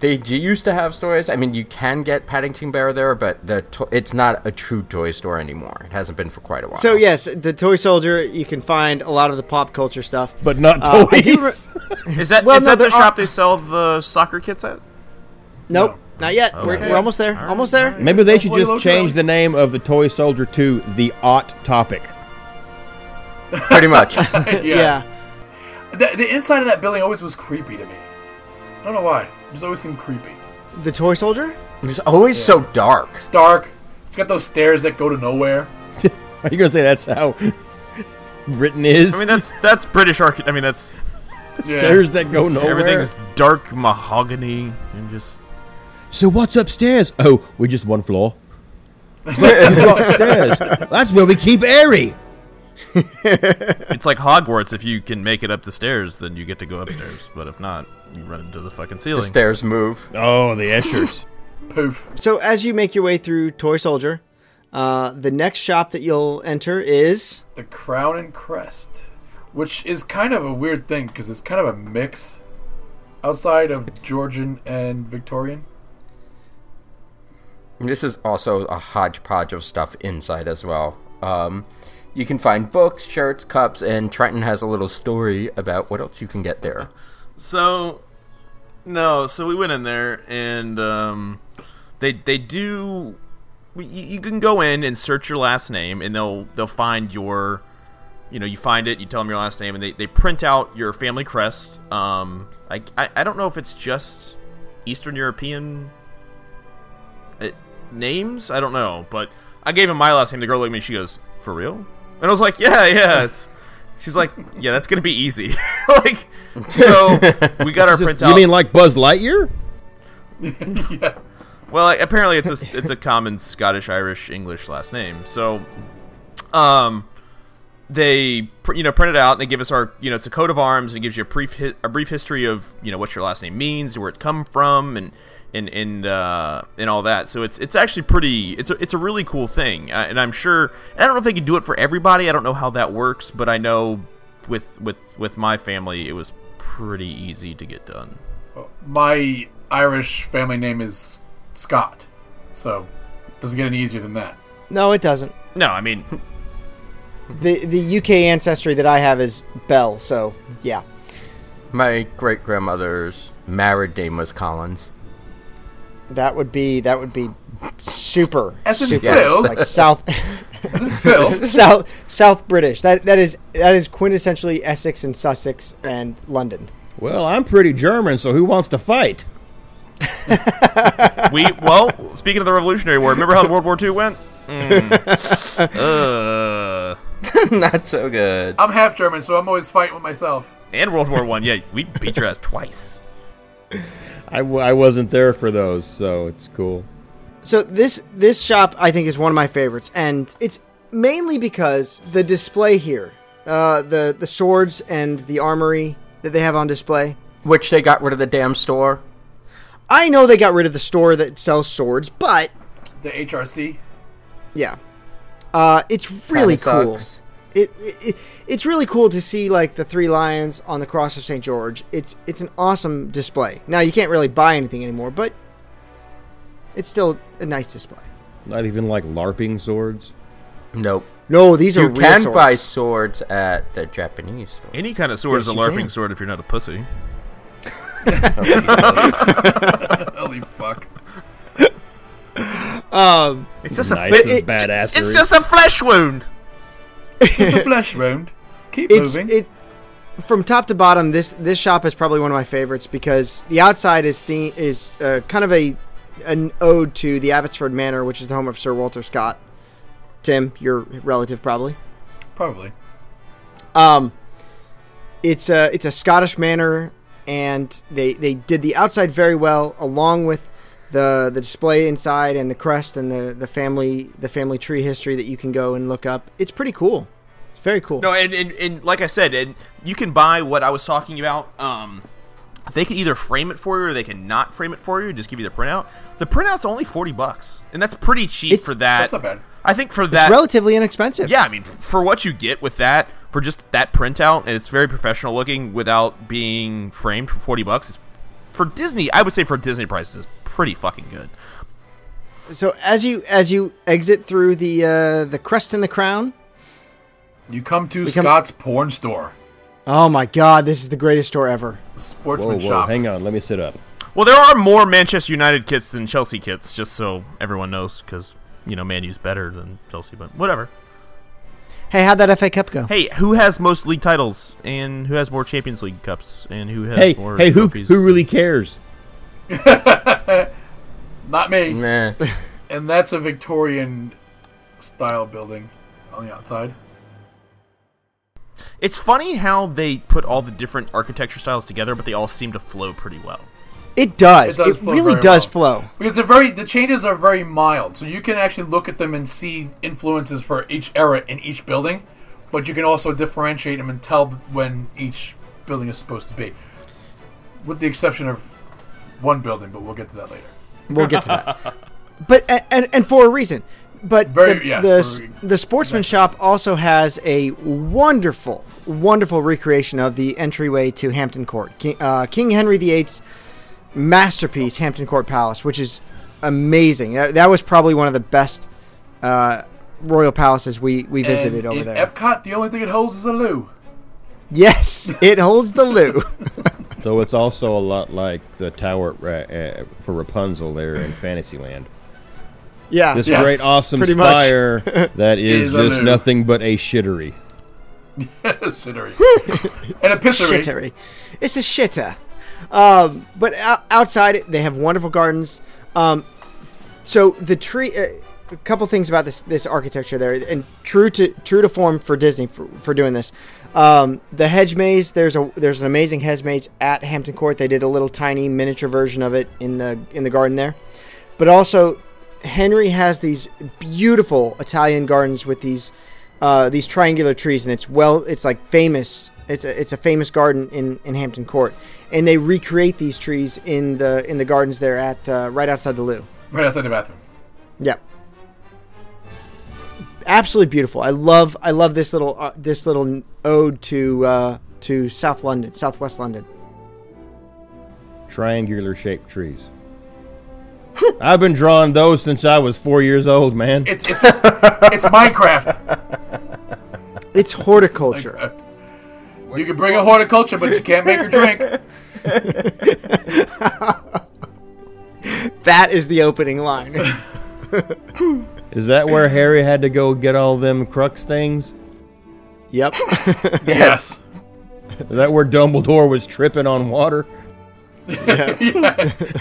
E: They d- used to have stores. I mean, you can get Paddington Bear there, but the to- it's not a true toy store anymore. It hasn't been for quite a while.
A: So yes, the toy soldier. You can find a lot of the pop culture stuff,
D: But not
A: Uh, I
D: toys.
A: do re-
F: way. Is that
A: Well,
F: is
A: no,
F: that the
A: there are-
F: shop they sell the soccer kits at?
A: nope, not yet. We're,
B: Okay.
A: we're almost there.
F: All right,
A: Almost there.
F: all right.
D: Maybe they should
B: Hopefully
D: just
B: local-
D: change the name of the toy soldier to the Ot Topic.
E: pretty much.
A: Yeah.
B: The, the inside of that building always was creepy to me. I don't know why. It just always seemed creepy.
A: the toy soldier.
E: It's always so dark.
B: It's dark. It's got those stairs that go to nowhere.
D: Are you gonna say that's how Britain is?
F: I mean, that's that's British archi. I mean, that's
D: Stairs that go nowhere.
F: everything's dark mahogany and just.
D: So what's upstairs? Oh, we're just one floor. You've got stairs. That's where we keep Airy.
F: It's like Hogwarts. If you can make it up the stairs, then you get to go upstairs. But if not, you run into the fucking
E: The
F: ceiling.
E: stairs move.
D: Oh, the Eschers.
B: Poof.
A: So as you make your way through toy soldier, uh, the next shop that you'll enter is
B: The crown and crest, which is kind of a weird thing because it's kind of a mix outside of Georgian and Victorian.
E: This is also a hodgepodge of stuff inside as well. Um, you can find books, shirts, cups, and Trenton has a little story about what else you can get there.
F: So, no. So we went in there, and um, they they do. You, you can go in and search your last name, and they'll they'll find your, you know, you find it. You tell them your last name, and they, they print out your family crest. Um, I, I I don't know if it's just Eastern European uh, names. I don't know, but I gave him my last name. The girl looked at me. She goes, "For real?" And I was like, "Yeah, yeah." It's, she's like, "Yeah, that's gonna be easy." like, so we got our printout.
D: you mean like Buzz Lightyear?
B: yeah.
F: Well, like, apparently it's a it's a common Scottish Irish English last name. So, um, they pr- you know print it out and they give us our you know it's a coat of arms and it gives you a brief hi- a brief history of you know what your last name means, where it come from, and and and uh, and all that. So it's it's actually pretty it's a, it's a really cool thing, uh, and I'm sure and I don't know if they can do it for everybody. I don't know how that works, but I know with with with my family it was pretty easy to get done.
B: My Irish family name is Scott, so it doesn't get any easier than that.
A: no, it doesn't.
F: No, I mean
A: The the UK ancestry that I have is Bell. So yeah.
E: My great grandmother's married name was Collins.
A: That would be that would be super
B: As in
A: super
B: Phil.
A: like South
B: Phil.
A: South South British. That that is that is quintessentially Essex and Sussex and London.
D: Well, I'm pretty German, so who wants to fight?
F: We well, speaking of the Revolutionary War, remember how World War II went? Mm. Uh,
E: Not so good.
B: I'm half German, so I'm always fighting with myself.
F: and World War One. Yeah, we beat your ass twice.
D: I, w- I wasn't there for those, so it's cool.
A: So this this shop I think is one of my favorites, and it's mainly because the display here, uh, the the swords and the armory that they have on display.
E: Which they got rid of the damn store.
A: I know they got rid of the store that sells swords, but
B: The HRC.
A: yeah, uh, it's really
E: Kinda
A: cool.
E: sucks.
A: It, it it's really cool to see like the three lions on the cross of St George. It's it's an awesome display. Now you can't really buy anything anymore, but it's still a nice display.
D: Not even like LARPing swords.
E: Nope.
A: No, these are
E: You
A: real
E: can
A: swords.
E: buy swords at the Japanese store.
F: Any kind of sword
A: Yes,
F: is a
A: you
F: LARPing
A: can.
F: sword if you're not a pussy.
B: Holy fuck.
A: Um,
F: It's just a
D: Knights
A: but it-
D: of badassery.
F: it's just a flesh wound.
B: It's a flesh wound. Keep
A: it's
B: moving.
A: it from top to bottom. This this shop is probably one of my favorites because the outside is the is uh, kind of a an ode to the Abbotsford Manor, which is the home of Sir Walter Scott. Tim, your relative probably.
B: Probably.
A: Um, it's a it's a Scottish manor, and they they did the outside very well, along with the the display inside and the crest and the the family the family tree history that you can go and look up. It's pretty cool. It's very cool.
F: No, and, and, and like I said, and you can buy what I was talking about. Um, they can either frame it for you or they can not frame it for you. Just give you the printout. The printout's only forty bucks, and that's pretty cheap
A: It's-
F: for that.
B: That's not bad.
F: I think for that,
A: relatively inexpensive.
F: yeah, I mean, f- for what you get with that, for just that printout, and it's very professional looking without being framed for forty bucks. It's, for Disney, I would say for Disney prices, it's pretty fucking good.
A: So as you as you exit through the uh, the crest and the crown,
B: You come to
A: come-
B: Scott's porn store.
A: oh my god, this is the greatest store ever.
B: Sportsman
D: whoa, whoa,
B: shop.
D: hang on. Let me sit up.
F: Well, there are more Manchester United kits than Chelsea kits, just so everyone knows, because you know Man U's better than Chelsea, but whatever.
A: Hey, how'd that FA Cup go?
F: Hey, who has most league titles and who has more Champions League cups and who has
D: Hey,
F: more
D: hey, who,
F: trophies?
D: who really cares?
B: Not me.
E: Meh.
B: And that's a Victorian style building on the outside.
F: It's funny how they put all the different architecture styles together, but they all seem to flow pretty well.
A: It does.
B: It
A: It,
B: does flow
A: really
B: very
A: does
B: well.
A: flow.
B: Because they're very the changes are very mild, so you can actually look at them and see influences for each era in each building, but you can also differentiate them and tell when each building is supposed to be. With the exception of one building, but we'll get to that later.
A: We'll get to that. but and, and and for a reason. But
B: Very-
A: the
B: yeah,
A: the,
B: for a
A: s-
B: reason.
A: the sportsman shop also has a wonderful wonderful recreation of the entryway to Hampton Court, King, uh, King Henry VIII's masterpiece, Hampton Court Palace, which is amazing. That, that was probably one of the best uh, royal palaces we we visited
B: And
A: over
B: in
A: there.
B: Epcot, the only thing it holds is a loo.
A: Yes, it holds the loo.
D: So it's also a lot like the tower uh, uh, for Rapunzel there in Fantasyland.
A: yeah.
D: This
B: Yes,
D: great, awesome
A: pretty much.
D: spire that is,
B: Is a
D: just
B: loo.
D: nothing but a shittery.
B: Shittery. and a pissery.
A: shittery. It's a shitter. Um, but o- outside, it, they have wonderful gardens. Um, so the tree. Uh, a couple things about this this architecture there, and true to true to form for Disney for, for doing this. Um, the hedge maze. There's a there's an amazing hedge maze at Hampton Court. They did a little tiny miniature version of it in the in the garden there, but also Henry has these beautiful Italian gardens with these uh, these triangular trees, and it's well, it's like famous. It's a, it's a famous garden in, in Hampton Court, and they recreate these trees in the in the gardens there at uh, right outside the Loo.
B: Right outside the bathroom.
A: Yep. Absolutely beautiful. I love I love this little uh, this little ode to uh, to South London, Southwest London.
D: Triangular shaped trees. I've been drawing those since I was four years old, man.
B: It's it's it's Minecraft.
A: It's horticulture.
B: Minecraft. You can bring a horticulture, but you can't make her drink.
A: That is the opening line.
D: Is that where Harry had to go get all them crux things?
A: yep.
B: Yes.
D: Is that where Dumbledore was tripping on water?
B: Yes.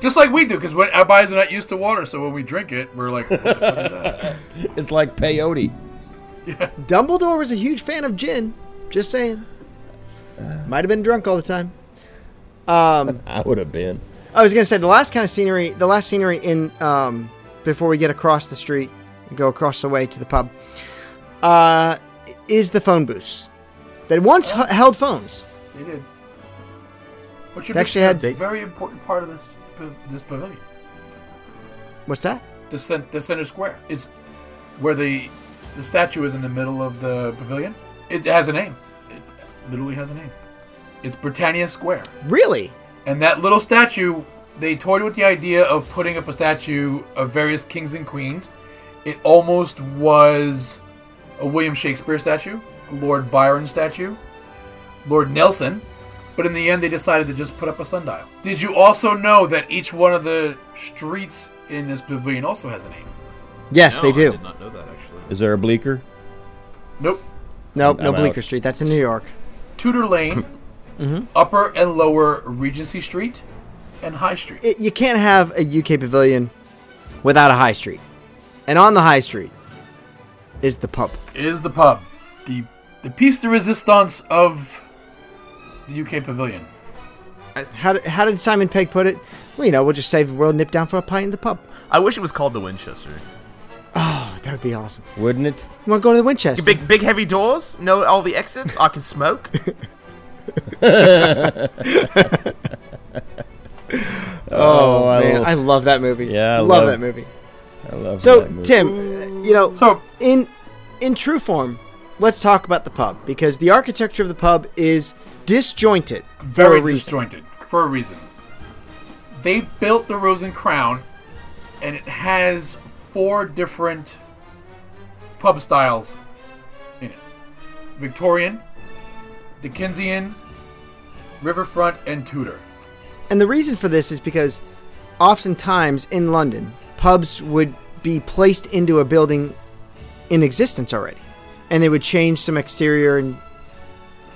B: Just like we do, because our bodies are not used to water, so when we drink it, we're like, what the fuck is that?
D: It's like peyote.
A: Dumbledore was a huge fan of gin. Just saying. Might have been drunk all the time. Um,
D: I would have been.
A: I was gonna say the last kind of scenery, the last scenery in um, before we get across the street, go across the way to the pub, uh, is the phone booths that once h- held phones.
B: They did. But you
A: They
B: missed
A: actually had-
B: a very important part of this pa- this pavilion.
A: What's that?
B: The, cent- the center square is where the the statue is in the middle of the pavilion. It has a name. It literally has a name. It's Britannia Square.
A: Really?
B: And that little statue, they toyed with the idea of putting up a statue of various kings and queens. It almost was a William Shakespeare statue, a Lord Byron statue, Lord Nelson, but in the end they decided to just put up a sundial. Did you also know that each one of the streets in this pavilion also has a name?
A: Yes,
H: No,
A: they
H: Oh, I
A: do.
H: did not know that actually.
D: Is there a bleaker?
B: Nope.
A: Nope, no
D: I'm out.
A: Bleecker Street. That's in New York.
B: Tudor Lane,
A: Mm-hmm.
B: Upper and Lower Regency Street, and High Street.
A: It, you can't have a UK pavilion without a high street, and on the high street is the pub.
B: is the pub, the the piece de resistance of the UK pavilion.
A: How did, how did Simon Pegg put it? Well, you know, we'll just save the world, nip down for a pint in the pub.
F: I wish it was called the Winchester.
A: Oh, that would be awesome.
D: Wouldn't it?
A: You want to go to the Winchester?
F: Your big, big heavy doors. Know all the exits. I can smoke.
D: Oh,
A: Man, I
D: I,
A: love that movie.
D: Yeah, I
A: love,
D: love-
A: that movie.
D: I love
A: So,
D: that movie.
A: Tim, uh, you know,
B: So
A: in in true form, let's talk about the pub because the architecture of the pub is disjointed. for
B: very
A: a reason.
B: disjointed for a reason. They built the Rose and Crown, and it has four different pub styles in it: Victorian, Dickensian, Riverfront, and Tudor.
A: And the reason for this is because oftentimes in London, pubs would be placed into a building in existence already, and they would change some exterior and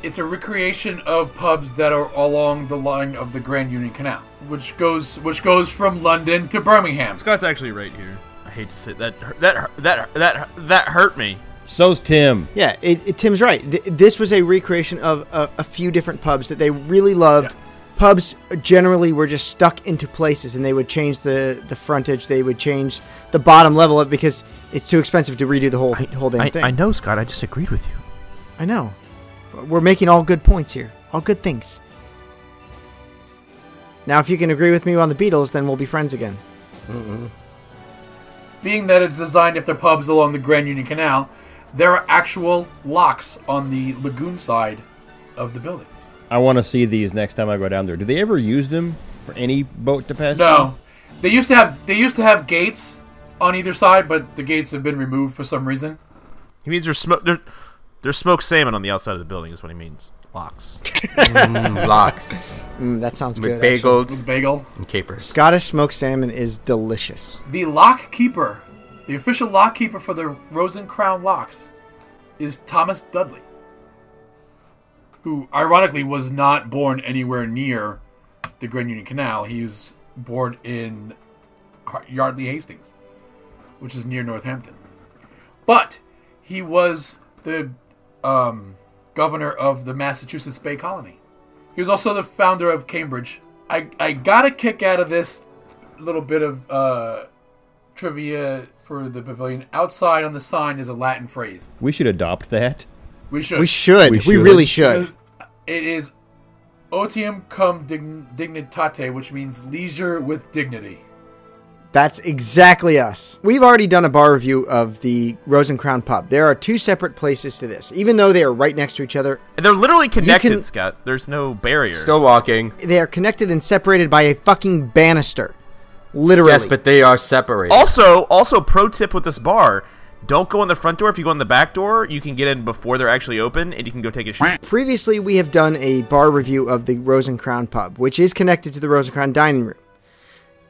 B: It's a recreation of pubs that are along the line of the Grand Union Canal, which goes which goes from London to Birmingham.
F: Scott's actually right here. I hate to say that. hurt- That hurt- that hurt- that hurt- that hurt me.
D: So's Tim.
A: Yeah, it, it, Tim's right. Th- this was a recreation of a, a few different pubs that they really loved. Pubs generally were just stuck into places, and they would change the, the frontage. They would change the bottom level of because it's too expensive to redo the whole whole damn thing.
F: know, Scott. I just agreed with you.
A: I know. But We're making all good points here, all good things. Now, if you can agree with me on the Beatles, then we'll be friends again.
B: being that it's designed after pubs along the Grand Union Canal, there are actual locks on the lagoon side of the building.
D: I want to see these next time I go down there. Do they ever use them for any boat to pass?
B: No, they used to have they used to have gates on either side, but the gates have been removed for some reason.
F: He means there's smoke. There, there's smoked salmon on the outside of the building. Is what he means. Locks.
E: Locks,
A: Mm, that sounds good. actually.
E: bagels,
B: Bagel,
E: and capers.
A: Scottish smoked salmon is delicious.
B: the lock keeper, the official lock keeper for the Rose and Crown locks, is Thomas Dudley, who ironically was not born anywhere near the Grand Union Canal. He was born in Har- Yardley Hastings, which is near Northampton. But he was the um, governor of the Massachusetts Bay Colony. He was also the founder of Cambridge. I, I got a kick out of this little bit of uh, trivia for the pavilion. Outside on the sign is a Latin phrase.
D: We should adopt that.
B: Uh, We should.
A: We should.
D: We
A: We,
D: should.
A: really should.
B: It is otium cum dign- dignitate, which means leisure with dignity.
A: That's exactly us. We've already done a bar review of the Rose and Crown Pub. There are two separate places to this. Even though they are right next to each other,
F: And they're literally connected,
A: can-
F: Scott. There's no barrier.
E: Still walking.
A: they are connected and separated by a fucking banister. Literally.
E: Yes, but they are separated.
F: also, also, pro tip with this bar: Don't go in the front door. If you go in the back door, you can get in before they're actually open, and you can go take a shit.
A: Previously, we have done a bar review of the Rose and Crown pub, which is connected to the Rose and Crown dining room.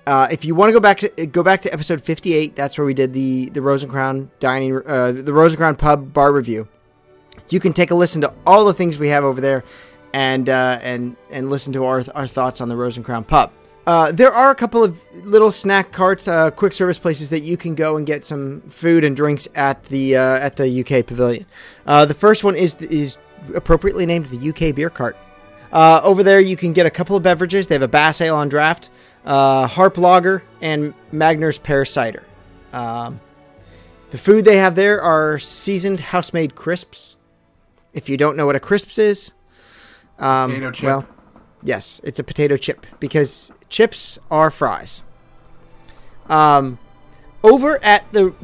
A: Uh, if you want to go back to go back to episode fifty eight, that's where we did the the Rose and Crown dining uh, the Rose and Crown pub bar review. You can take a listen to all the things we have over there, and uh, and and listen to our our thoughts on the Rose and Crown pub. Uh, there are a couple of little snack carts, uh, quick service places that you can go and get some food and drinks at the uh, at the UK Pavilion. Uh, the first one is is appropriately named the UK Beer Cart. Uh, over there, you can get a couple of beverages. They have a Bass Ale on draft, uh, Harp Lager, and Magner's Pear Cider. Um, the food they have there are seasoned house-made crisps. If you don't know what a crisps is, um,
B: Potato chip.
A: well, yes, it's a potato chip because chips are fries. Um, over at the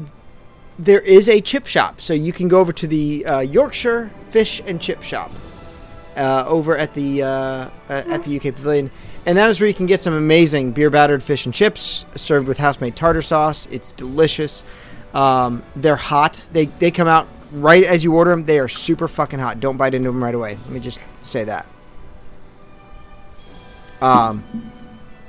A: there is a chip shop, so you can go over to the uh, Yorkshire Fish and Chip Shop uh, over at the uh, at at the UK Pavilion, and that is where you can get some amazing beer battered fish and chips served with house made tartar sauce. It's delicious. Um, they're hot. They they come out right as you order them. They are super fucking hot. Don't bite into them right away. Let me just say that. Um,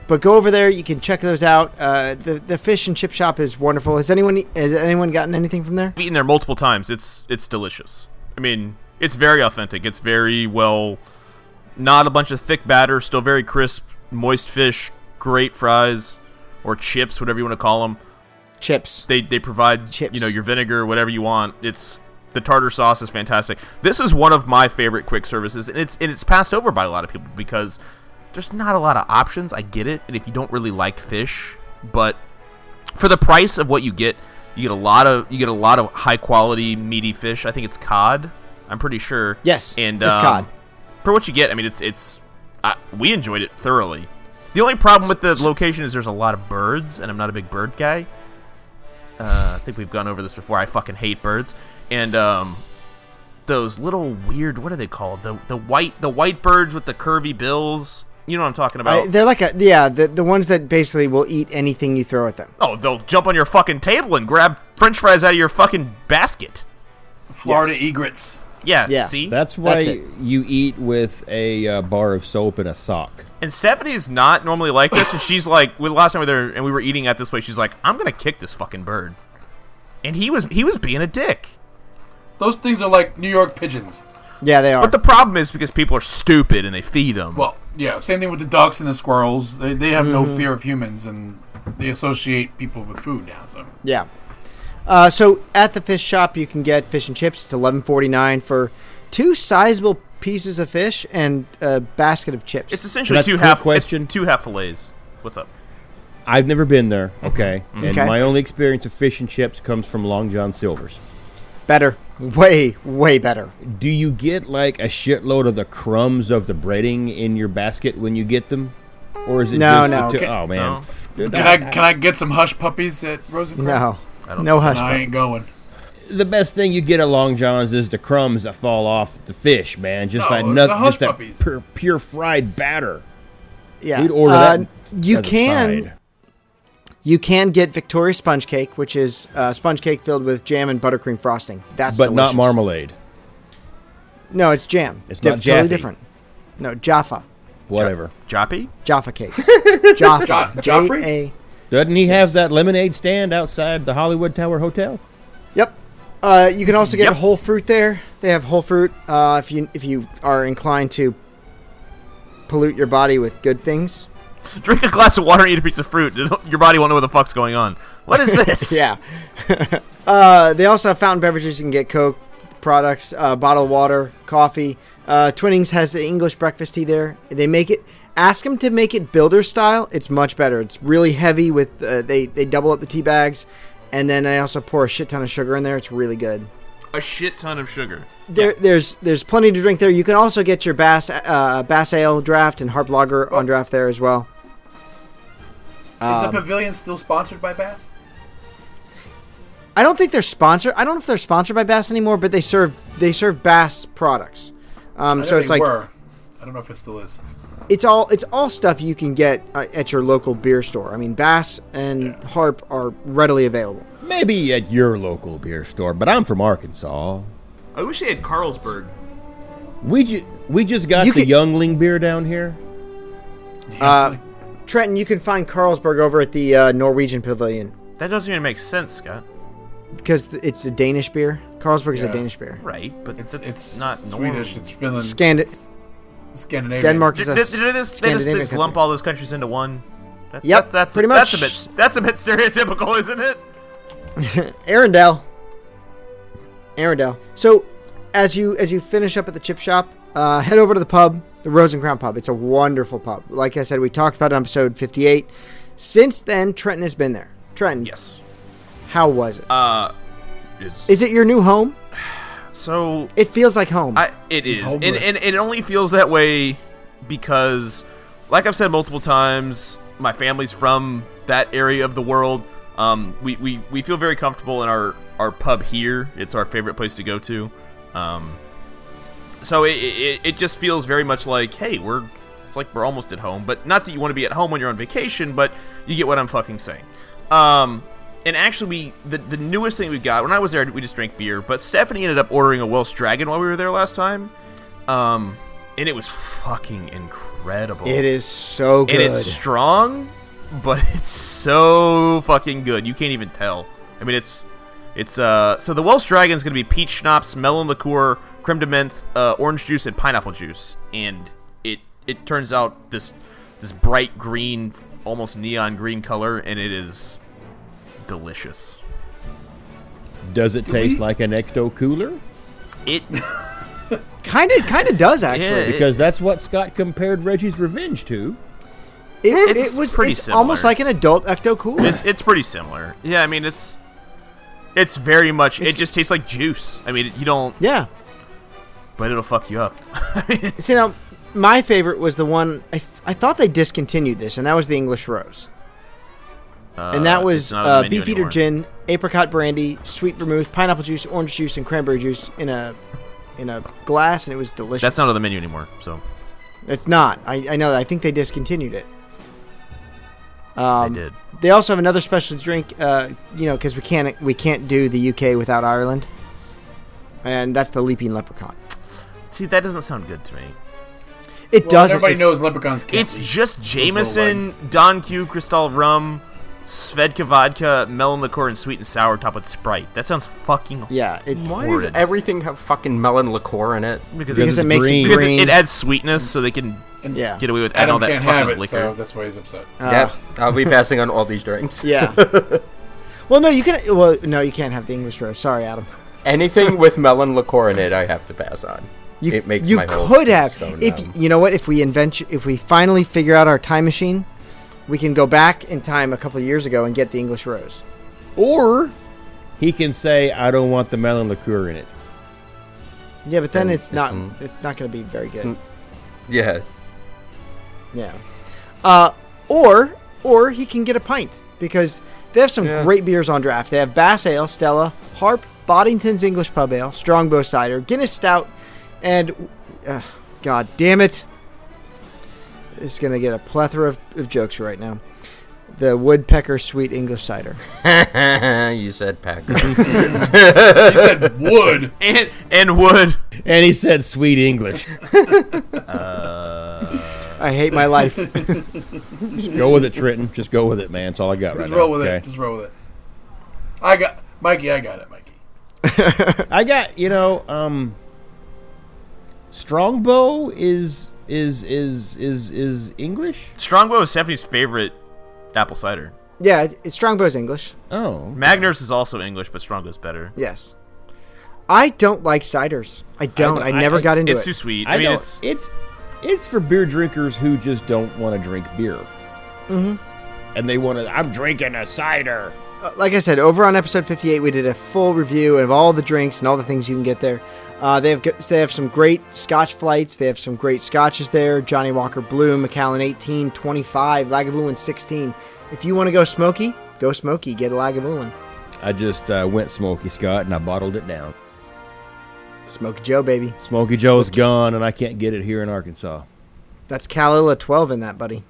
A: but go over there. You can check those out. Uh, the the fish and chip shop is wonderful. Has anyone has anyone gotten anything from there?
F: I've eaten there multiple times. It's it's delicious. I mean, it's very authentic. It's very well, not a bunch of thick batter, still very crisp, moist fish, great fries or chips, whatever you want to call them.
A: Chips.
F: They they provide
A: Chips.
F: you know your vinegar, whatever you want. It's the tartar sauce is fantastic. This is one of my favorite quick services, and it's and it's passed over by a lot of people because there's not a lot of options. I get it, and if you don't really like fish, but for the price of what you get, you get a lot of you get a lot of high quality meaty fish. I think it's cod. I'm pretty sure.
A: Yes,
F: and
A: it's
F: um,
A: cod.
F: For what you get, I mean, it's it's uh, we enjoyed it thoroughly. The only problem with the location is there's a lot of birds, and I'm not a big bird guy. Uh, I think we've gone over this before. I fucking hate birds, and um, those little weird what are they called? The the white the white birds with the curvy bills. You know what I'm talking about?
A: I, they're like a yeah, the the ones that basically will eat anything you throw at them.
F: Oh, they'll jump on your fucking table and grab French fries out of your fucking basket.
B: Florida egrets.
F: Yeah,
A: Yeah,
F: see.
D: That's why
A: That's it.
D: you eat with a uh, bar of soap and a sock.
F: and Stephanie's not normally like this, and she's like, with last time we were there and we were eating at this place, she's like, I'm gonna kick this fucking bird, and he was he was being a dick.
B: Those things are like New York pigeons.
A: Yeah, they are.
F: But the problem is because people are stupid and they feed them.
B: Well, yeah, same thing with the ducks and the squirrels. They, they have
A: Mm-hmm.
B: no fear of humans, and they associate people with food now. So
A: yeah. Uh, so at the fish shop, you can get fish and chips. It's eleven forty nine for two sizable pieces of fish and a basket of chips.
F: it's essentially
D: That's
F: two
D: a quick
F: half
D: question.
F: it's two half fillets. What's up?
D: I've never been there, okay? And
A: Mm-hmm. Okay.
D: my only experience of fish and chips comes from Long John Silver's.
A: better, way way better.
D: Do you get like a shitload of the crumbs of the breading in your basket when you get them? Or is it
A: No,
D: just
A: no.
D: the two-
B: Can-
D: oh man.
F: no.
D: Pff,
B: can I can I get some hush puppies at Rosencrantz?
A: No,
F: don't
A: no
F: think-
A: hush.
B: No, I ain't
A: buttons.
B: going.
D: the best thing you get at Long John's is the crumbs that fall off the fish, man. Just
B: No,
D: like
B: it's
F: Oh,
B: the
D: nothing,
B: hush
D: just
B: puppies.
D: that pure, pure fried batter.
A: Yeah,
D: We'd order
A: Uh,
D: that.
A: You
D: as a
A: can.
D: side.
A: You can get Victoria sponge cake, which is uh, sponge cake filled with jam and buttercream frosting. That's
D: but not
A: delicious.
D: marmalade.
A: No, it's jam.
D: It's
A: Diff-
D: not
A: totally
D: Jaffe.
A: different. No, Jaffa,
D: Whatever.
F: Joppy?
A: Jaffa cakes, Jaffa,
B: Jo-
A: J
B: Joffrey?
A: A.
D: Doesn't he have that lemonade stand outside the Hollywood Tower Hotel?
A: Yep. Uh, you can also get
F: Yep.
A: whole fruit there. They have whole fruit uh, if you if you are inclined to pollute your body with good things.
F: Drink a glass of water and eat a piece of fruit. Your body won't know what the fuck's going on. What is this?
A: Yeah. uh, they also have fountain beverages. You can get Coke products, uh, bottled water, coffee. Uh, Twinnings has the English breakfast tea there. They make it. Ask them to make it builder style. It's much better. It's really heavy with. Uh, they they double up the tea bags, and then they also pour a shit ton of sugar in there. It's really good.
F: A shit ton of sugar.
A: There, there's there's plenty to drink there. You can also get your bass uh, bass ale draft and harp lager on draft there as well.
B: Is
A: Um,
B: the pavilion still sponsored by Bass?
A: I don't think they're sponsored. I don't know if they're sponsored by Bass anymore, but they serve they serve Bass products. Um,
B: I
A: so
B: know
A: it's
B: they
A: like
B: were. I don't know if it still is.
A: it's all it's all stuff you can get uh, at your local beer store. I mean, Bass and Harp are readily available.
D: Maybe at your local beer store, but I'm from Arkansas.
F: I wish they had Carlsberg.
D: We ju- we just got
A: You
D: the
A: could-
D: Youngling beer down here.
A: Uh, Trenton, you can find Carlsberg over at the uh, Norwegian Pavilion
F: That doesn't even make sense, Scott.
A: because th- it's a Danish beer. Carlsberg is
B: Yeah.
A: a Danish beer.
F: Right, but
B: It's,
F: that's
B: it's
F: not
B: Swedish. It's Finland.
A: Scandi-
B: it's Scandinavian.
A: Denmark
F: Did,
A: is
F: did,
A: a
F: did they just, they just, they
A: Scandinavian
F: just lump
A: country.
F: all those countries into one? That,
A: Yep,
F: that- that's
A: pretty
F: that's
A: much.
F: a bit that's a bit stereotypical, isn't it?
A: Arendelle. Arendelle. So, as you as you finish up at the chip shop, uh, head over to the pub, the Rose and Crown pub. It's a wonderful pub. Like I said, we talked about it on episode fifty-eight. Since then, Trenton has been there. Trenton,
F: Yes.
A: how was it? Is
F: Uh,
A: it your new home?
F: so
A: It feels like home.
F: I, it is, and, and,
B: homeless.
F: and it only feels that way because, like I've said multiple times, my family's from that area of the world. Um, we, we, we feel very comfortable in our, our pub here. It's our favorite place to go to. Um, so it, it, it just feels very much like, hey, we're it's like we're almost at home. But not that you want to be at home when you're on vacation, but you get what I'm fucking saying. Um, and actually, we the, the newest thing we've got when I was there, we just drank beer. But Stephanie ended up ordering a Welsh Dragon while we were there last time, um, and it was fucking incredible.
A: it is so good.
F: and it's strong, but it's so fucking good. You can't even tell. I mean, it's it's uh. So the Welsh Dragon's gonna be peach schnapps, melon liqueur, creme de menthe, uh, orange juice, and pineapple juice. And it it turns out this this bright green, almost neon green color, and it is delicious.
D: Does it taste like an ecto cooler?
F: It
A: Kind of, kind of does actually.
F: Yeah,
D: Because that's what Scott compared Reggie's Revenge to.
A: It, it,
F: It's
A: was
F: pretty
A: it's
F: similar.
A: almost like an adult Ecto Cooler.
F: it's it's pretty similar. Yeah, I mean it's it's very much.
A: It's-
F: it just tastes like juice. I mean, you don't,
A: yeah.
F: but it'll fuck you up.
A: See now, my favorite was the one I, f- I thought they discontinued this, and that was the English Rose, and that
F: Uh,
A: was
F: it's not on the
A: uh,
F: menu
A: beefeater
F: anymore.
A: gin, apricot brandy, sweet vermouth, pineapple juice, orange juice, and cranberry juice in a in a glass, and it was delicious.
F: That's not on the menu anymore. So
A: It's not. I, I know. that. I think they discontinued it. Um,
F: did.
A: They also have another special drink. Uh, you know, because we can't we can't do the UK without Ireland, and that's the leaping leprechaun.
F: see, that doesn't sound good to me.
A: It
B: Well,
A: does.
B: Everybody
A: it's-
B: knows leprechauns can't
F: It's
B: eat
F: just
B: those little
F: Jameson,
B: legs.
F: Don Q, Cristal Rum, Svedka Vodka, Melon Liqueur, and Sweet and Sour topped with Sprite. That sounds fucking
A: Yeah, it's
E: Why
F: horrid.
E: does everything have fucking melon liqueur in it?
F: because,
A: because
F: it,
A: it
D: it's
A: makes
D: green.
A: it
F: because it-
A: green.
F: it adds sweetness so they can
A: yeah.
F: get away with adding
B: Adam
F: all that
B: can't
F: fucking
B: have it, so
F: liquor.
B: that's why he's upset.
A: Uh,
E: yep. I'll be passing on all these drinks.
A: Yeah. well, no, you can. Well, no, you can't have the English rose. Sorry, Adam.
E: Anything with melon liqueur in it, I have to pass on.
A: You,
E: it makes
A: you
E: my whole
A: could have
E: so
A: if
E: numb.
A: you know what if we invent if we finally figure out our time machine, we can go back in time a couple of years ago and get the English rose.
D: Or he can say, I don't want the melon liqueur in it.
A: Yeah, but then
E: Then
A: it's
E: it's
A: not
E: an-
A: it's not going to be very good.
E: an- Yeah.
A: yeah. Uh, or or he can get a pint because they have some
E: Yeah.
A: great beers on draft. They have Bass Ale, Stella, Harp, Boddington's English Pub Ale, Strongbow Cider, Guinness Stout, and uh, God damn it, it's gonna get a plethora of, of jokes right now. The Woodpecker Sweet English Cider.
E: you said Packer.
B: He said wood.
F: And and wood.
D: And he said sweet English.
A: I hate my life.
D: Just go with it, Trenton. Just go with it, man. That's all I got right
B: Just
D: now.
B: roll with it.
D: okay?
B: Just roll with it. I got Mikey. I got it, Mikey.
D: I got, you know, um Strongbow is is is is is English?
F: Strongbow is Stephanie's favorite apple cider.
A: yeah, it- it's Strongbow's English.
D: Oh.
F: Magners is also English, but Strongbow's better.
A: Yes. I don't like ciders. I don't.
D: don't-
A: I,
D: I-
A: never
D: I-
A: got into
F: It's
A: it.
F: too sweet. I,
D: I,
F: mean,
D: don't
F: it's,
D: it's it's for beer drinkers who just don't want to drink beer. Mm-hmm. And they want to I'm drinking a cider.
A: like I said, over on episode 58, we did a full review of all the drinks and all the things you can get there. Uh, they have g- they have some great Scotch flights. They have some great Scotches there. Johnny Walker Blue, Macallan 18, 25, Lagavulin 16. If you want to go smoky, go smoky. Get a Lagavulin.
D: I just uh, went Smoky Scott and I bottled it down.
A: Smoky Joe, baby.
D: Smoky Joe's gone and I can't get it here in Arkansas.
A: That's Calilla 12 in that, buddy.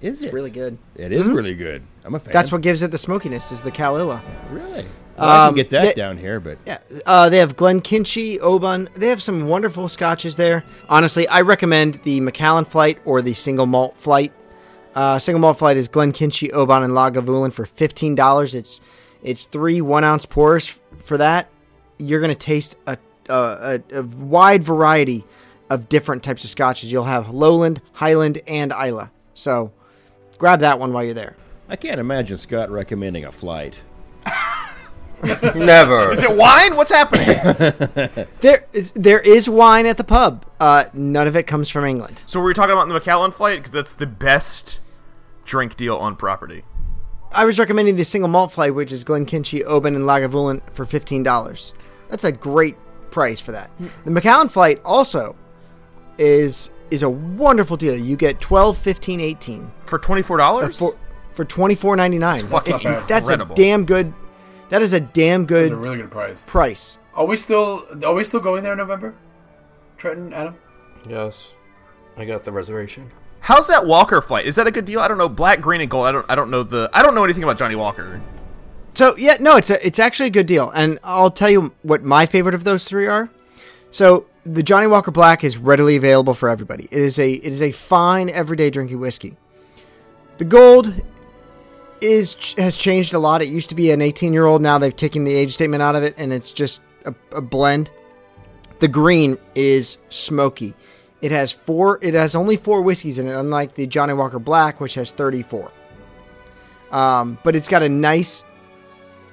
D: Is
A: It's really good.
D: It is really good. I'm a fan.
A: Mm-hmm. That's what gives it the smokiness is the Kalila.
D: Really? Well, I
A: Um,
D: can get that
A: they-
D: down here, but
A: Yeah, uh, they have Glenkinchie, Oban. They have some wonderful scotches there. Honestly, I recommend the Macallan flight or the single malt flight. Uh, single malt flight is Glenkinchie, Oban, and Lagavulin for fifteen dollars. It's it's three one ounce pours f- for that. You're gonna taste a, a, a, a wide variety of different types of scotches. You'll have Lowland, Highland, and Isla. So grab that one while you're there.
D: I can't imagine Scott recommending a flight.
E: Never.
F: Is it wine? What's happening?
A: There is there is wine at the pub. Uh, none of it comes from England.
F: so we were talking about the Macallan flight because that's the best drink deal on property.
A: I was recommending the single malt flight, which is Glenkinchie, Oban, and Lagavulin for fifteen dollars. That's a great price for that. The Macallan flight also is is a wonderful deal. You get 12, 15, 18
F: For twenty four dollars?
A: for for twenty four ninety nine.
F: That's
A: That's,
B: not bad.
A: that's a
F: Incredible.
A: damn good. That is a damn good
B: It's a really good price.
A: price.
B: Are we still are we still going there in November? Trenton, Adam?
H: Yes. I got the reservation.
F: How's that Walker flight? Is that a good deal? I don't know. Black, green, and gold. I don't. I don't know the. I don't know anything about Johnny Walker.
A: So yeah, no, it's a, it's actually a good deal, and I'll tell you what my favorite of those three are. So the Johnny Walker Black is readily available for everybody. It is a it is a fine everyday drinking whiskey. The Gold is ch- has changed a lot. It used to be an 18 year old. Now they've taken the age statement out of it, and it's just a, a blend. The Green is smoky. It has four. It has only four whiskeys in it, unlike the Johnny Walker Black, which has 34. Um, but it's got a nice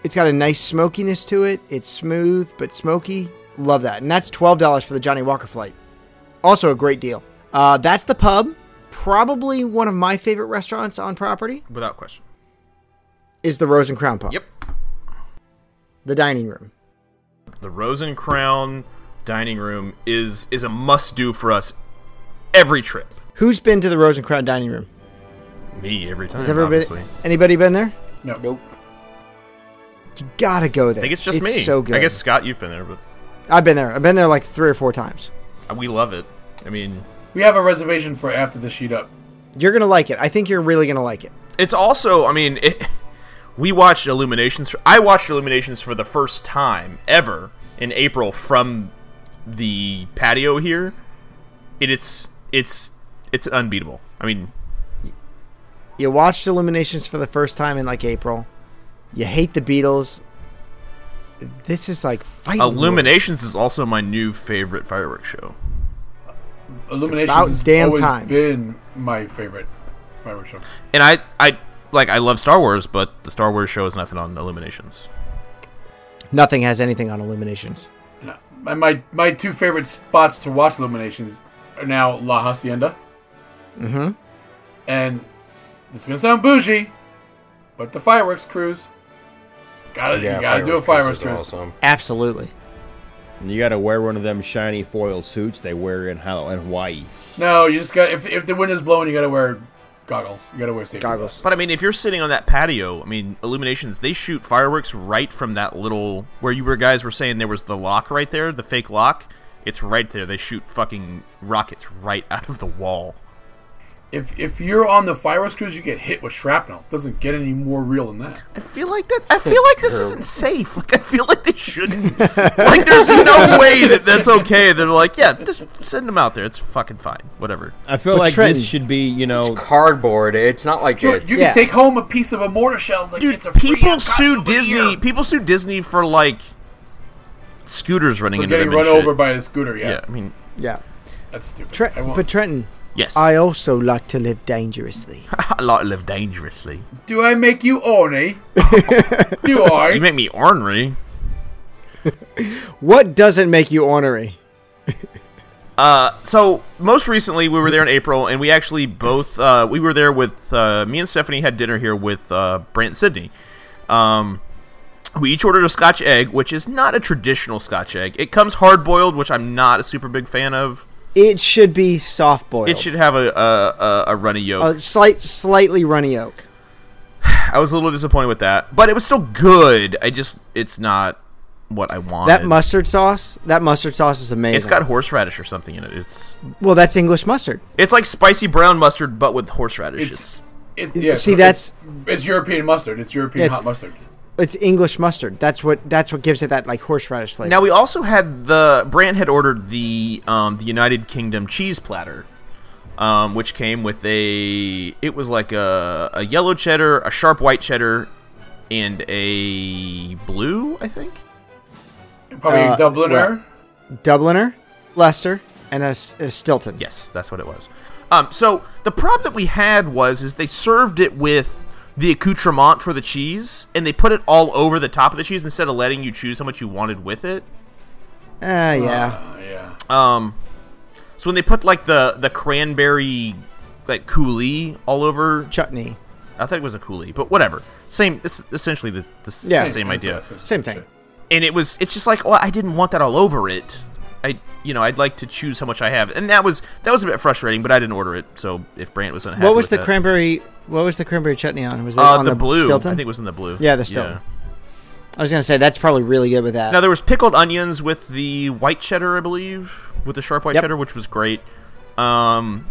A: it's got a nice smokiness to it. It's smooth but smoky. Love that. And that's twelve dollars for the Johnny Walker flight. Also a great deal. Uh, that's the pub. Probably one of my favorite restaurants on property
F: Without question.
A: is the Rose and Crown Pub.
F: Yep.
A: The dining room.
F: The Rose and Crown dining room is is a must do for us every trip.
A: Who's been to the Rose and Crown dining room?
F: Me every time.
A: Has everybody
F: obviously.
A: anybody been there?
B: No. Nope.
A: You gotta go there.
F: I think it's just me.
A: So good.
F: I guess Scott, you've been there, but
A: I've been there. I've been there like three or four times.
F: we love it. I mean,
B: We have a reservation for after the sheet up.
A: You're gonna like it. I think you're really gonna like it.
F: it's also. I mean, it, we watched Illuminations. For, I watched Illuminations for the first time ever in April from the patio here. It, it's it's it's unbeatable. I mean,
A: You watched Illuminations for the first time in like April. You hate the Beatles. This is like fighting.
F: Illuminations is also my new favorite fireworks show.
B: Illuminations
A: about
B: has
A: damn
B: always
A: time.
B: been my favorite fireworks show.
F: And I I like I love Star Wars, but the Star Wars show is nothing on Illuminations.
A: Nothing has anything on Illuminations.
B: No. My, my my two favorite spots to watch Illuminations are now La Hacienda.
H: Mm-hmm.
A: Mhm.
B: And this is gonna sound bougie, but the fireworks cruise. Gotta you gotta do a fireworks
H: fireworks
B: cruise.
H: Awesome.
A: Absolutely.
D: And you got to wear one of them shiny foil suits they wear in Hall- in Hawaii.
B: No, you just got if if the wind is blowing, you gotta wear goggles. You gotta wear safety
A: Goggles.
F: But I mean, if you're sitting on that patio, I mean, Illuminations they shoot fireworks right from that little where you were guys were saying there was the lock right there, the fake lock. It's right there. They shoot fucking rockets right out of the wall.
B: If if you're on the fireworks cruise, you get hit with shrapnel. Doesn't get any more real than that.
F: I feel like that. I feel like this isn't safe. Like I feel like they shouldn't. like there's no way that that's okay. They're like, yeah, just send them out there. It's fucking fine. Whatever.
D: I feel
A: But
D: like
A: Trenton-
D: this should be, you know,
E: Cardboard. It's not like
B: You,
E: it's.
B: you
A: Yeah.
B: can take home a piece of a mortar shell. It's like,
F: dude,
B: it's a free
F: people
B: Epcot
F: sue
B: souvenir.
F: Disney. People sue Disney for like scooters running
B: for
F: into
B: getting
F: them.
B: run
F: and shit.
B: over by a scooter. Yeah,
F: yeah, I mean,
A: Yeah.
B: that's stupid.
A: Tre-
B: I won't.
A: but Trenton,
F: yes.
A: I also like to live dangerously.
F: I like to live dangerously.
B: Do I make you orny? Do I?
F: You make me ornery.
A: what doesn't make you ornery?
F: So most recently, we were there in April, and we actually both uh, we were there with uh, me and Stephanie had dinner here with uh, Brant and Sydney. Um, we each ordered a Scotch egg, which is not a traditional Scotch egg. It comes hard boiled, which I'm not a super big fan of.
A: It should be soft boiled.
F: It should have a a, a, a runny yolk.
A: a slight, slightly runny oak.
F: I was a little disappointed with that, but it was still good. I just it's not what I wanted.
A: That mustard sauce. That mustard sauce is amazing.
F: It's got horseradish or something in it. It's
A: well, that's English mustard.
F: it's like spicy brown mustard, but with horseradish.
B: It's-
F: It's,
B: It, yeah,
A: See,
B: it's-
A: that's-
B: it's European mustard. It's European
A: It's-
B: hot mustard.
A: It's English mustard. That's what that's what gives it that like horseradish flavor.
F: Now we also had the Brand had ordered the um, the United Kingdom cheese platter, um, which came with a it was like a a yellow cheddar, a sharp white cheddar, and a blue I think.
B: Probably
A: Uh,
B: Dubliner.
A: Dubliner, Leicester, and a, S- a Stilton.
F: Yes, that's what it was. Um, so the problem that we had was is they served it with the accoutrement for the cheese, and they put it all over the top of the cheese instead of letting you choose how much you wanted with it.
A: Ah, yeah.
B: Oh, yeah.
F: Um, so when they put like the the cranberry like coulis all over,
A: Chutney.
F: I thought it was a coulis, but whatever. Same, it's essentially the, the s-
A: Yeah.
F: same idea.
A: Same thing.
F: And it was, it's just like, well, I didn't want that all over it. I, you know, I'd like to choose how much I have, and that was that was a bit frustrating, but I didn't order it. So if Brant was unhappy,
A: What was
F: with
A: the
F: that-
A: cranberry? What was the cranberry chutney on? Was it
F: Uh,
A: on
F: the, blue.
A: Stilton?
F: I think it was in the blue.
A: Yeah, the Stilton. I was gonna say that's probably really good with that.
F: Now there was pickled onions with the white cheddar, I believe, with the sharp white
A: Yep.
F: cheddar, which was great. Um,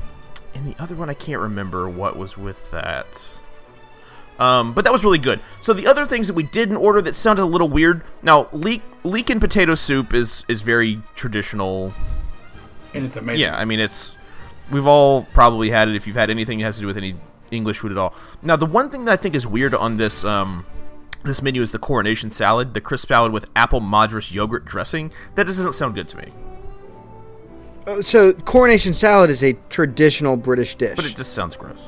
F: and the other one I can't remember what was with that. Um, but that was really good. So the other things that we didn't order that sounded a little weird. Now leek leek and potato soup is is very traditional.
B: And it's amazing.
F: Yeah, I mean it's we've all probably had it if you've had anything that has to do with any English food at all. Now the one thing that I think is weird on this um this menu is the coronation salad, the crisp salad with apple madras yogurt dressing. That just doesn't sound good to me.
A: Uh, so coronation salad is a traditional British dish.
F: But it just sounds gross.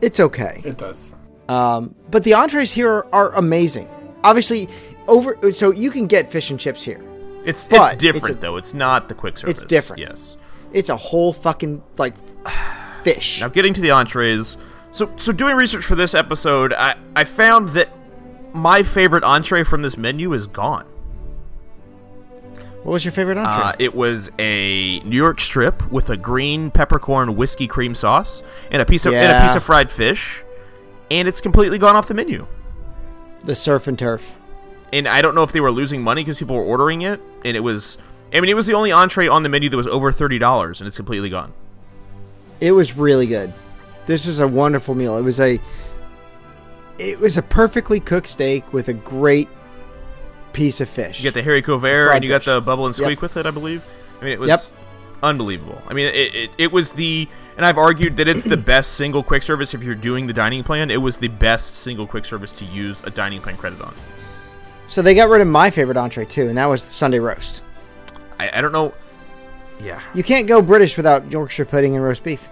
A: it's okay.
B: It does.
A: Um, but the entrees here are, are amazing. Obviously, over so you can get fish and chips here.
F: It's
A: But
F: it's
A: it's
F: different
A: a-
F: though. It's not the quick service.
A: different.
F: Yes.
A: It's a whole fucking like fish.
F: Now getting to the entrees. So so doing research for this episode, I I found that my favorite entree from this menu is gone.
A: What was your favorite entree?
F: Uh, it was a New York strip with a green peppercorn whiskey cream sauce and a piece of and a
A: Yeah.
F: piece of fried fish, and it's completely gone off the menu. Uh,
A: the surf and turf.
F: And I don't know if they were losing money because people were ordering it, and it was. I mean, it was the only entree on the menu that was over thirty dollars, and it's completely gone.
A: It was really good. This was a wonderful meal. It was a it was a perfectly cooked steak with a great piece of fish.
F: You got the Harry Covert,
A: Fried
F: and you got
A: fish.
F: the bubble and
A: Yep.
F: squeak with it, I believe. I mean, it was
A: Yep.
F: unbelievable. I mean, it, it, it was the, and I've argued that it's the best single quick service if you're doing the dining plan. It was the best single quick service to use a dining plan credit on.
A: so they got rid of my favorite entree too, and that was Sunday roast.
F: I, I don't know. Yeah.
A: You can't go British without Yorkshire pudding and roast beef.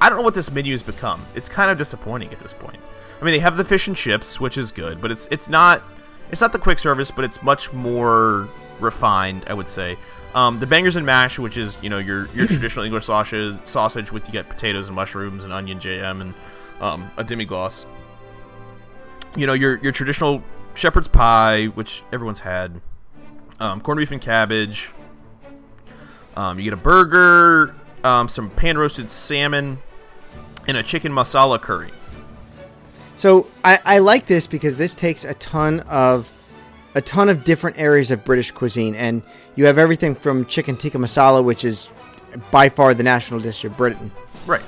F: I don't know what this menu has become. It's kind of disappointing at this point. I mean, they have the fish and chips, which is good, but it's it's not it's not the quick service, but it's much more refined, I would say. Um, the bangers and mash, which is you know your your traditional English sausage sausage with you get potatoes and mushrooms and onion jam and um, a demi gloss. You know your your traditional shepherd's pie, which everyone's had, um, corned beef and cabbage, um, you get a burger, um, some pan roasted salmon, and a chicken masala curry.
A: So I, I like this because this takes a ton of a ton of different areas of British cuisine, and you have everything from chicken tikka masala, which is by far the national dish of Britain,
F: Right.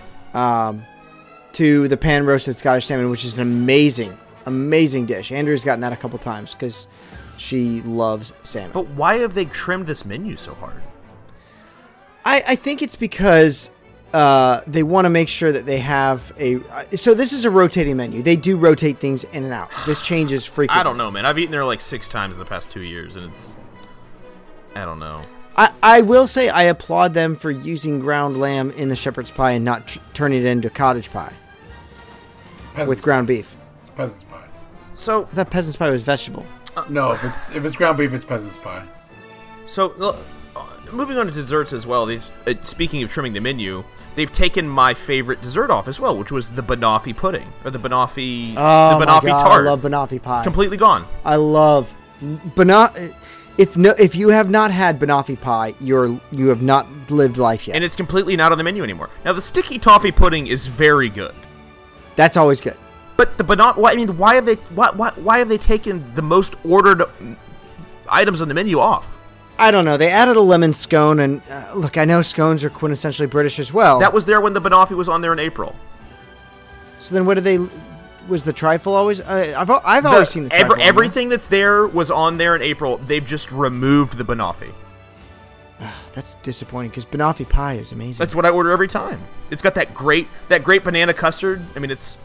A: to the pan roasted Scottish salmon, which is an amazing, amazing dish. Andrew's gotten that a couple times because she loves salmon.
F: But why have they trimmed this menu so hard?
A: I, I think it's because uh, they want to make sure that they have a. Uh, so this is a rotating menu. They do rotate things in and out. This changes frequently.
F: I don't know, man. I've eaten there like six times in the past two years, and it's. I don't know.
A: I, I will say I applaud them for using ground lamb in the shepherd's pie and not tr- turning it into cottage pie
B: Peasants,
A: with ground beef.
B: It's peasants pie.
F: So,
A: I thought peasant's pie was vegetable.
B: No, if it's if it's ground beef, it's peasants pie.
F: so l- uh, moving on to desserts as well. These, uh, speaking of trimming the menu, they've taken my favorite dessert off as well, which was the banoffee pudding or the banoffee
A: Oh
F: the
A: my
F: banoffee
A: God,
F: tart.
A: I love banoffee pie.
F: completely gone.
A: I love banoffee. If no, if you have not had banoffee pie, you're you have not lived life yet.
F: and it's completely not on the menu anymore. Now the sticky toffee pudding is very good,
A: That's always good.
F: but the banana. Why, I mean, why have they? Why, why, why have they taken the most ordered mm, items on the menu off?
A: I don't know. They added a lemon scone, and uh, Oh. look, I know scones are quintessentially British as well.
F: That was there when the banoffee was on there in April.
A: So then, what did they? Was the trifle always? Uh, I've al- I've always seen the trifle.
F: ever-
A: on there.
F: everything that's there was on there in April. They've just removed the banoffee.
A: That's disappointing because banoffee pie is amazing.
F: That's what I order every time. It's got that great that great banana custard. I mean, it's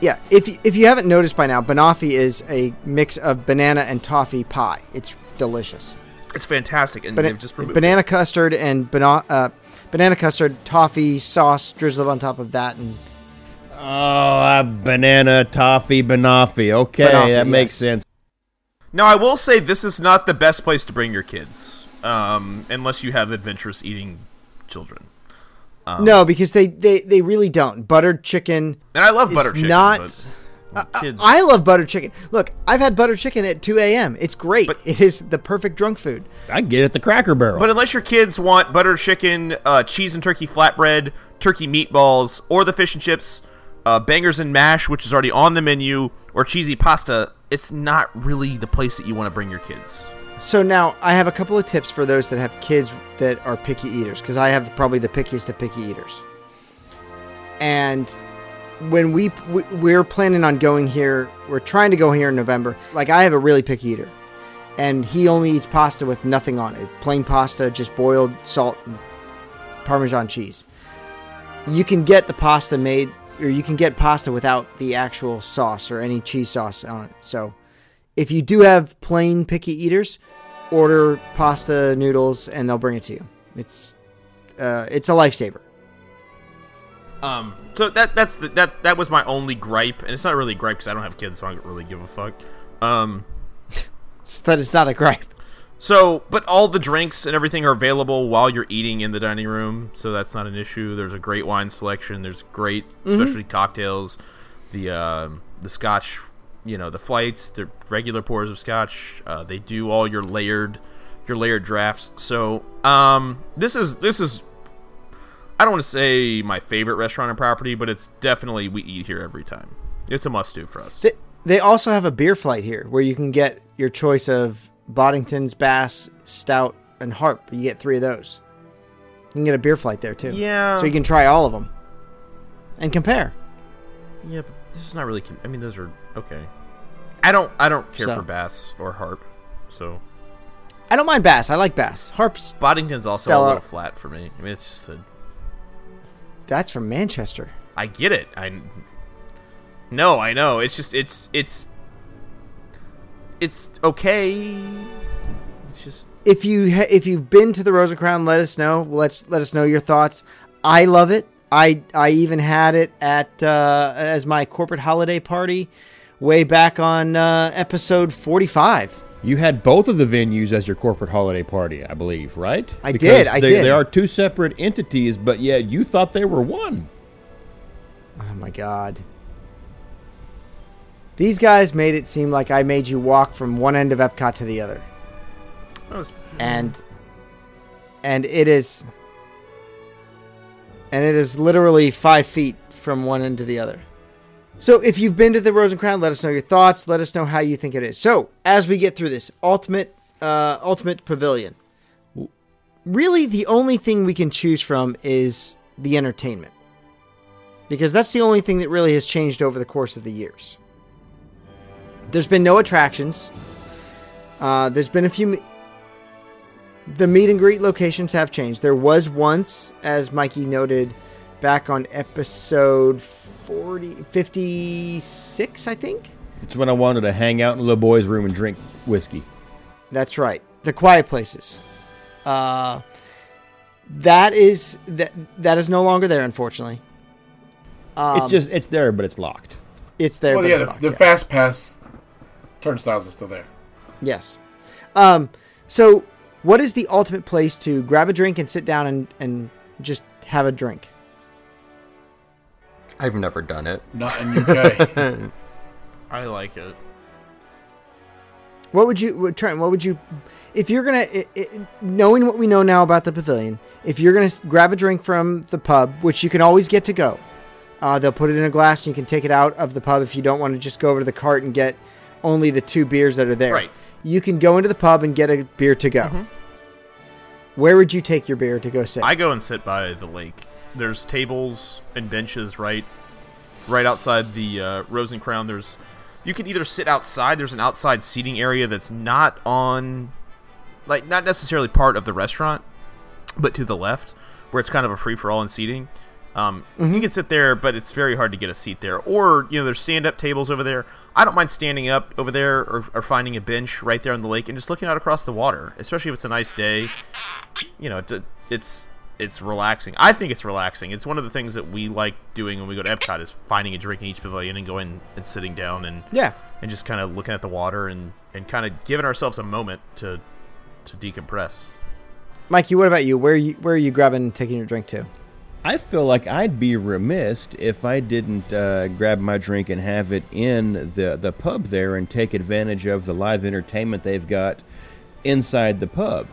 A: yeah. If y- if you haven't noticed by now, banoffee is a mix of banana and toffee pie. It's delicious.
F: it's fantastic, and
A: Bana-
F: they've just removed.
A: banana custard and bana- uh, banana custard toffee sauce drizzled on top of that and
D: Oh, uh, banana toffee banoffee. Okay,
A: Banoffee,
D: that makes
A: yes.
D: sense.
F: it. Now, I will say this is not the best place to bring your kids, um, unless you have adventurous eating children. Oh.
A: no because they, they they really don't buttered chicken
F: And I love
A: It's
F: butter chicken.
A: not-
F: but
A: I-
F: kids-
A: I love butter chicken. Look, I've had butter chicken at 2 a.m. It's great.
F: But-
A: it is the perfect drunk food.
D: I get it at the Cracker Barrel.
F: But unless your kids want butter chicken, uh, cheese and turkey flatbread, turkey meatballs, or the fish and chips, uh, bangers and mash, which is already on the menu, or cheesy pasta, it's not really the place that you want to bring your kids.
A: So now I have a couple of tips for those that have kids that are picky eaters because I have probably the pickiest of picky eaters. And when we we- we're planning on going here, we're trying to go here in November. Like I have a really picky eater, and he only eats pasta with nothing on it, plain pasta, just boiled salt and Parmesan cheese. You can get the pasta made, or you can get pasta without the actual sauce or any cheese sauce on it. So if you do have plain picky eaters, order pasta noodles and they'll bring it to you. It's uh, it's a lifesaver.
F: Um, so that that's the, that that was my only gripe, and it's not really a gripe because I don't have kids, so I don't really give a fuck. Um,
A: It's, that is not a gripe.
F: so but all the drinks and everything are available while you're eating in the dining room, so that's not an issue. There's a great wine selection. There's great specialty cocktails. The um the Scotch, you know, the flights, the regular pours of Scotch. Uh, they do all your layered your layered drafts. So um, this is this is. I don't want to say my favorite restaurant and property, but it's definitely we eat here every time. It's a must do for us.
A: They, they also have a beer flight here where you can get your choice of Boddington's, Bass, Stout, and Harp. You get three of those. You can get a beer flight there too.
F: Yeah.
A: So you can try all of them and compare.
F: Yeah, but this is not really. Con- I mean, those are okay. I don't. I don't care
A: So-
F: for bass or harp. So
A: I don't mind Bass. I like Bass. Harp's
F: Boddington's also
A: Stella.
F: a little flat for me. I mean, it's just. A,
A: that's from Manchester.
F: I get it. I. No, I know. It's just. It's. It's. It's okay. It's just.
A: if you ha- if you've been to the Rosen Crown, let us know. Let's let us know your thoughts. I love it. I I even had it at uh, as my corporate holiday party way back on uh, episode forty five.
D: you had both of the venues as your corporate holiday party, I believe, right?
A: I
D: Because
A: did, I
D: they,
A: did.
D: They are two separate entities, but yeah, you thought they were one.
A: Oh my god. These guys made it seem like I made you walk from one end of Epcot to the other.
F: that was-
A: and and it is and it is literally five feet from one end to the other so if you've been to the rosen crown let us know your thoughts let us know how you think it is so as we get through this ultimate uh, ultimate pavilion W- really the only thing we can choose from is the entertainment because that's the only thing that really has changed over the course of the years there's been no attractions uh, there's been a few m- the meet and greet locations have changed. There was once, as Mikey noted, back on episode 40, 56, I think.
D: It's when I wanted to hang out in the little boy's room and drink whiskey.
A: That's right. The quiet places. Uh, that is that that is no longer there, unfortunately. Um,
D: it's just it's there, but it's locked.
A: It's there.
B: Well,
A: but
B: yeah,
A: it's
B: the,
A: locked,
B: the
A: yeah.
B: fast pass turnstiles are still there.
A: Yes. Um, so, what is the ultimate place to grab a drink and sit down and, and just have a drink?
E: I've never done it.
B: Not in UK.
F: I like it.
A: What would you, what- Trent? What would you, if you're gonna, i i knowing what we know now about the pavilion, if you're gonna s- grab a drink from the pub, which you can always get to go, uh, they'll put it in a glass and you can take it out of the pub if you don't want to just go over to the cart and get only the two beers that are there.
F: Right.
A: You can go into the pub and get a beer to go. Where would you take your beer to go sit?
F: I go and sit by the lake. There's tables and benches right right outside the uh, Rose and Crown. There's you can either sit outside. There's an outside seating area that's not on, like not necessarily part of the restaurant, but to the left where it's kind of a free for all in seating. Um, You can sit there, but it's very hard to get a seat there. Or you know, there's stand up tables over there. I don't mind standing up over there or, or finding a bench right there on the lake and just looking out across the water, especially if it's a nice day you know, to, it's it's relaxing. I think it's relaxing. It's one of the things that we like doing when we go to Epcot is finding a drink in each pavilion and going and sitting down and
A: Yeah.
F: and just kind of looking at the water and and kind of giving ourselves a moment to to decompress.
A: Mikey, what about you? Where are you where are you grabbing and taking your drink to?
D: I feel like I'd be remiss if I didn't uh, grab my drink and have it in the, the pub there and take advantage of the live entertainment they've got inside the pub.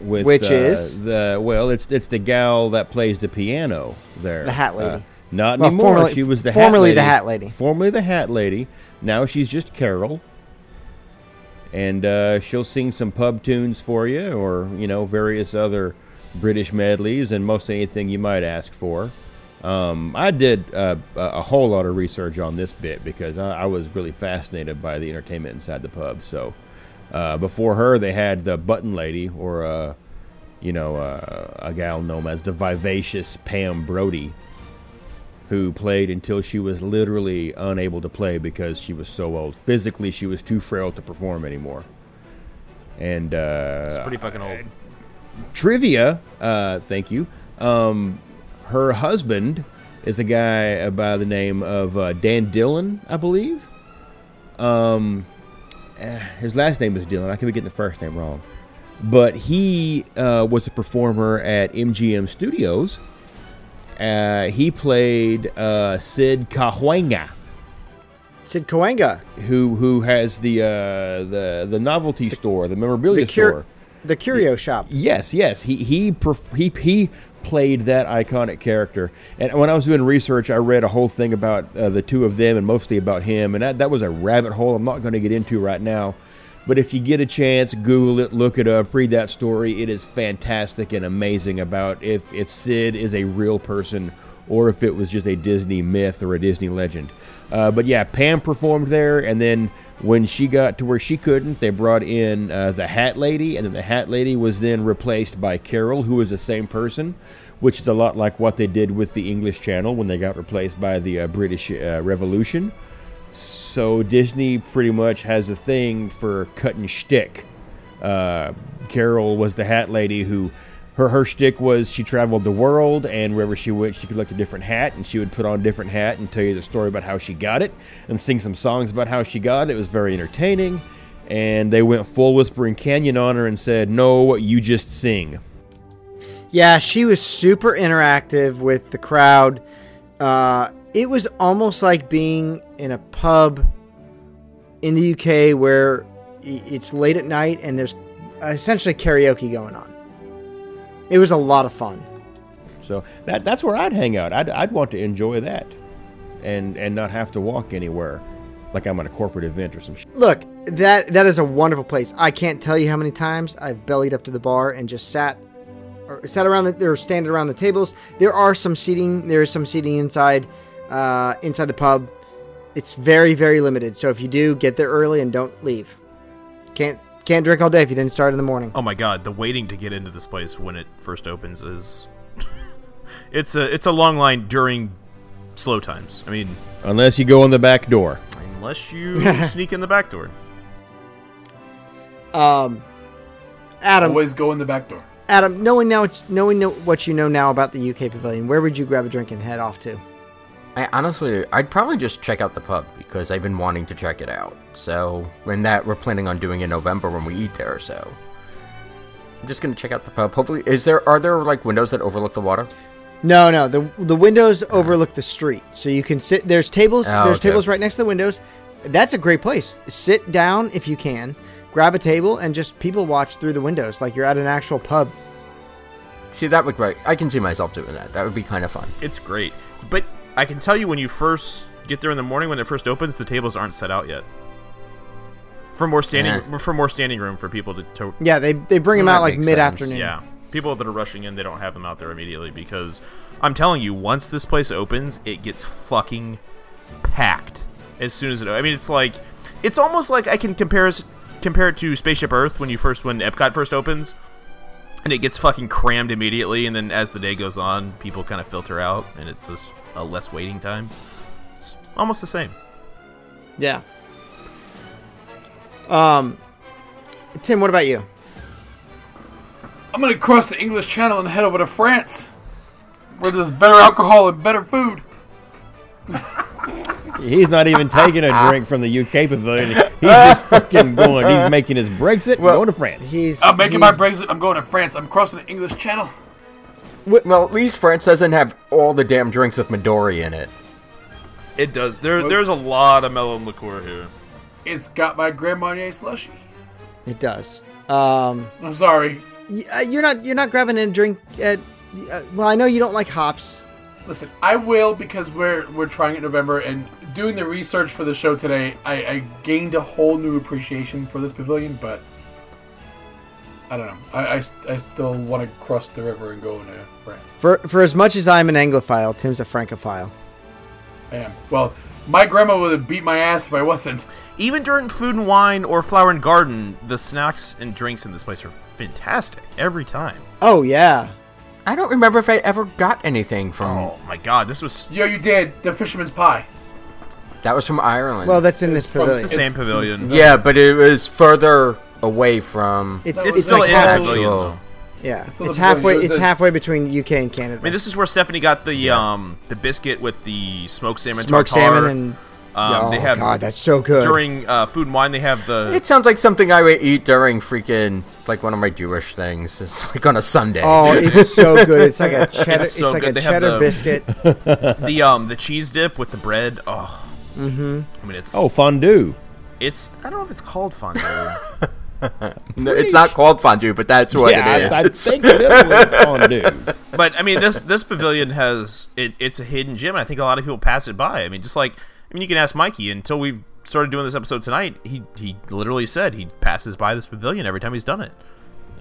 D: With,
A: Which
D: uh,
A: is?
D: the well, it's it's the gal that plays the piano there, Uh,
A: The hat lady.
D: not
A: Well,
D: anymore.
A: formerly-
D: she was the
A: formerly
D: hat lady.
A: the hat lady.
D: Formerly the hat lady. Now she's just Carol, and uh, she'll sing some pub tunes for you, or you know various other British medleys, and most anything you might ask for. Um, I did uh, a a whole lot of research on this bit because I, I was really fascinated by the entertainment inside the pub. So uh, before her, they had the button lady, or uh, you know, uh, a gal known as the vivacious Pam Brody, who played until she was literally unable to play because she was so old. Physically, she was too frail to perform anymore. And uh,
F: Pretty fucking old.
D: trivia. Uh, thank you. Um, her husband is a guy by the name of uh, Dan Dillon, I believe. Um, eh, his last name is Dillon. I could be getting the first name wrong, but he uh, was a performer at MGM Studios. Uh, he played uh, Sid Cahuenga,
A: Sid Coenga.
D: who who has the uh, the the novelty store, the memorabilia
A: The cur-
D: store.
A: the curio shop.
D: Yes, yes. He he perf- he he played that iconic character. And when I was doing research, I read a whole thing about uh, the two of them and mostly about him. And that, that was a rabbit hole I'm not going to get into right now. But if you get a chance, Google it, look it up, read that story. It is fantastic and amazing about if if Sid is a real person or if it was just a Disney myth or a Disney legend. Uh, but yeah, Pam performed there, and then when she got to where she couldn't, they brought in uh, the Hat Lady, and then the Hat Lady was then replaced by Carol, who was the same person, which is a lot like what they did with the English Channel when they got replaced by the uh, British uh, Revolution. So Disney pretty much has a thing for cutting shtick uh, Carol was the hat lady who her her shtick was she traveled the world and wherever she went she could look a different hat and she would put on a different hat and tell you the story about how she got it and sing some songs about how she got it. It was very entertaining. And they went full Whispering Canyon on her and said, "No, you just sing."
A: Yeah, she was super interactive with the crowd. Uh, it was almost like being in a pub in the UK where i- it's late at night and there's essentially karaoke going on. It was a lot of fun.
D: So that that's where I'd hang out. I'd, I'd want to enjoy that, and and not have to walk anywhere, like I'm at a corporate event or some shit.
A: Look, that that is a wonderful place. I can't tell you how many times I've bellied up to the bar and just sat or sat around the or standing around the tables. There are some seating. There is some seating inside uh, inside the pub. It's very very limited. So if you do get there early and don't leave, can't can't drink all day if you didn't start in the morning.
F: Oh my god, the waiting to get into this place when it first opens is it's a it's a long line during slow times. I mean,
D: Unless you go in the back door.
F: unless you sneak in the back door.
A: Um, Adam,
B: Always go in the back door.
A: Adam, knowing now knowing know- what you know now about the UK Pavilion, where would you grab a drink and head off to?
E: I honestly, I'd probably just check out the pub because I've been wanting to check it out. So, when that we're planning on doing in November when we eat there, or so I'm just gonna check out the pub. Hopefully, is there are there like windows that overlook the water?
A: No, no. The the windows overlook the street. So you can sit there's tables
E: Oh,
A: there's
E: okay.
A: tables right next to the windows. That's a great place. Sit down if you can. Grab a table and just people watch through the windows like you're at an actual pub.
E: See, that would right. I can see myself doing that. That would be kind of fun.
F: It's great. But I can tell you when you first get there in the morning when it first opens, the tables aren't set out yet. For more standing
E: Yeah.
F: for more standing room for people to, to
A: Yeah, they they bring them
E: That
A: out like
E: makes
A: mid afternoon.
F: yeah. people that are rushing in, they don't have them out there immediately because I'm telling you, once this place opens, it gets fucking packed as soon as it. I mean, it's like it's almost like I can compare it compare it to Spaceship Earth when you first when Epcot first opens, and it gets fucking crammed immediately, and then as the day goes on, people kind of filter out, and it's just a less waiting time. It's almost the same.
A: Yeah. Um, Tim, what about you?
B: I'm gonna cross the English Channel and head over to France, where there's better alcohol and better food.
D: He's not even taking a drink from the UK pavilion. He's just fucking going. He's making his Brexit and going to France.
A: He's
B: I'm making my
A: he's-
B: Brexit. I'm going to France. I'm crossing the English Channel.
E: Well, at least France doesn't have all the damn drinks with Midori in it.
F: It does. There, there's a lot of melon liqueur here.
B: It's got my Grand Marnier slushy.
A: It does. Um,
B: I'm sorry.
A: y- uh, you're not you're not grabbing a drink at. Uh, well, I know you don't like hops.
B: Listen, I will because we're we're trying it in November and doing the research for the show today. I, I gained a whole new appreciation for this pavilion, but I don't know. I, I, st- I still want to cross the river and go into France.
A: For for as much as I'm an Anglophile, Tim's a Francophile.
B: I am. Well, my grandma would have beat my ass if I wasn't.
F: Even during food and wine or flower and garden, the snacks and drinks in this place are fantastic every time.
A: Oh yeah.
E: I don't remember if I ever got anything from.
F: Oh my god, this was
B: Yo, you did the fisherman's pie.
E: That was from Ireland.
A: Well, that's in this
B: from-
A: pavilion.
F: the
B: it's-
F: same
B: it's-
F: pavilion.
E: yeah, but it was further away from.
A: It's
B: That
A: it's,
B: was
F: It's still
A: like
F: in
A: half,
F: the
E: half-
F: pavilion though.
E: actual-
A: yeah.
B: It's
A: It's,
B: still the
A: halfway.
B: pavilion. It was
A: It's
B: the-
A: halfway between UK and Canada.
F: I mean, this is where Stephanie got the um the biscuit with the smoked salmon.
A: smoked
F: tartare.
A: salmon and
F: um,
A: oh
F: they have
A: god, that's so good.
F: during uh, food and wine. They have the
E: It sounds like something I would eat during freaking like one of my Jewish things. It's like on a Sunday.
A: oh, it's so good. It's like a cheddar. It's,
F: so
A: like
F: good.
A: a
F: They have
A: cheddar
F: the-
A: biscuit.
F: the um the cheese dip with the bread. Oh, mm-hmm. I mean it's
D: Oh, fondue.
F: it's I don't know if it's called fondue.
E: No, it's not called fondue, but that's what it
D: yeah,
E: is.
D: I, I think it's fondue.
F: but I mean, this this pavilion has it, it's a hidden gem, and I think a lot of people pass it by. I mean, just like I mean, you can ask Mikey. Until we started doing this episode tonight, he he literally said he passes by this pavilion every time he's done it.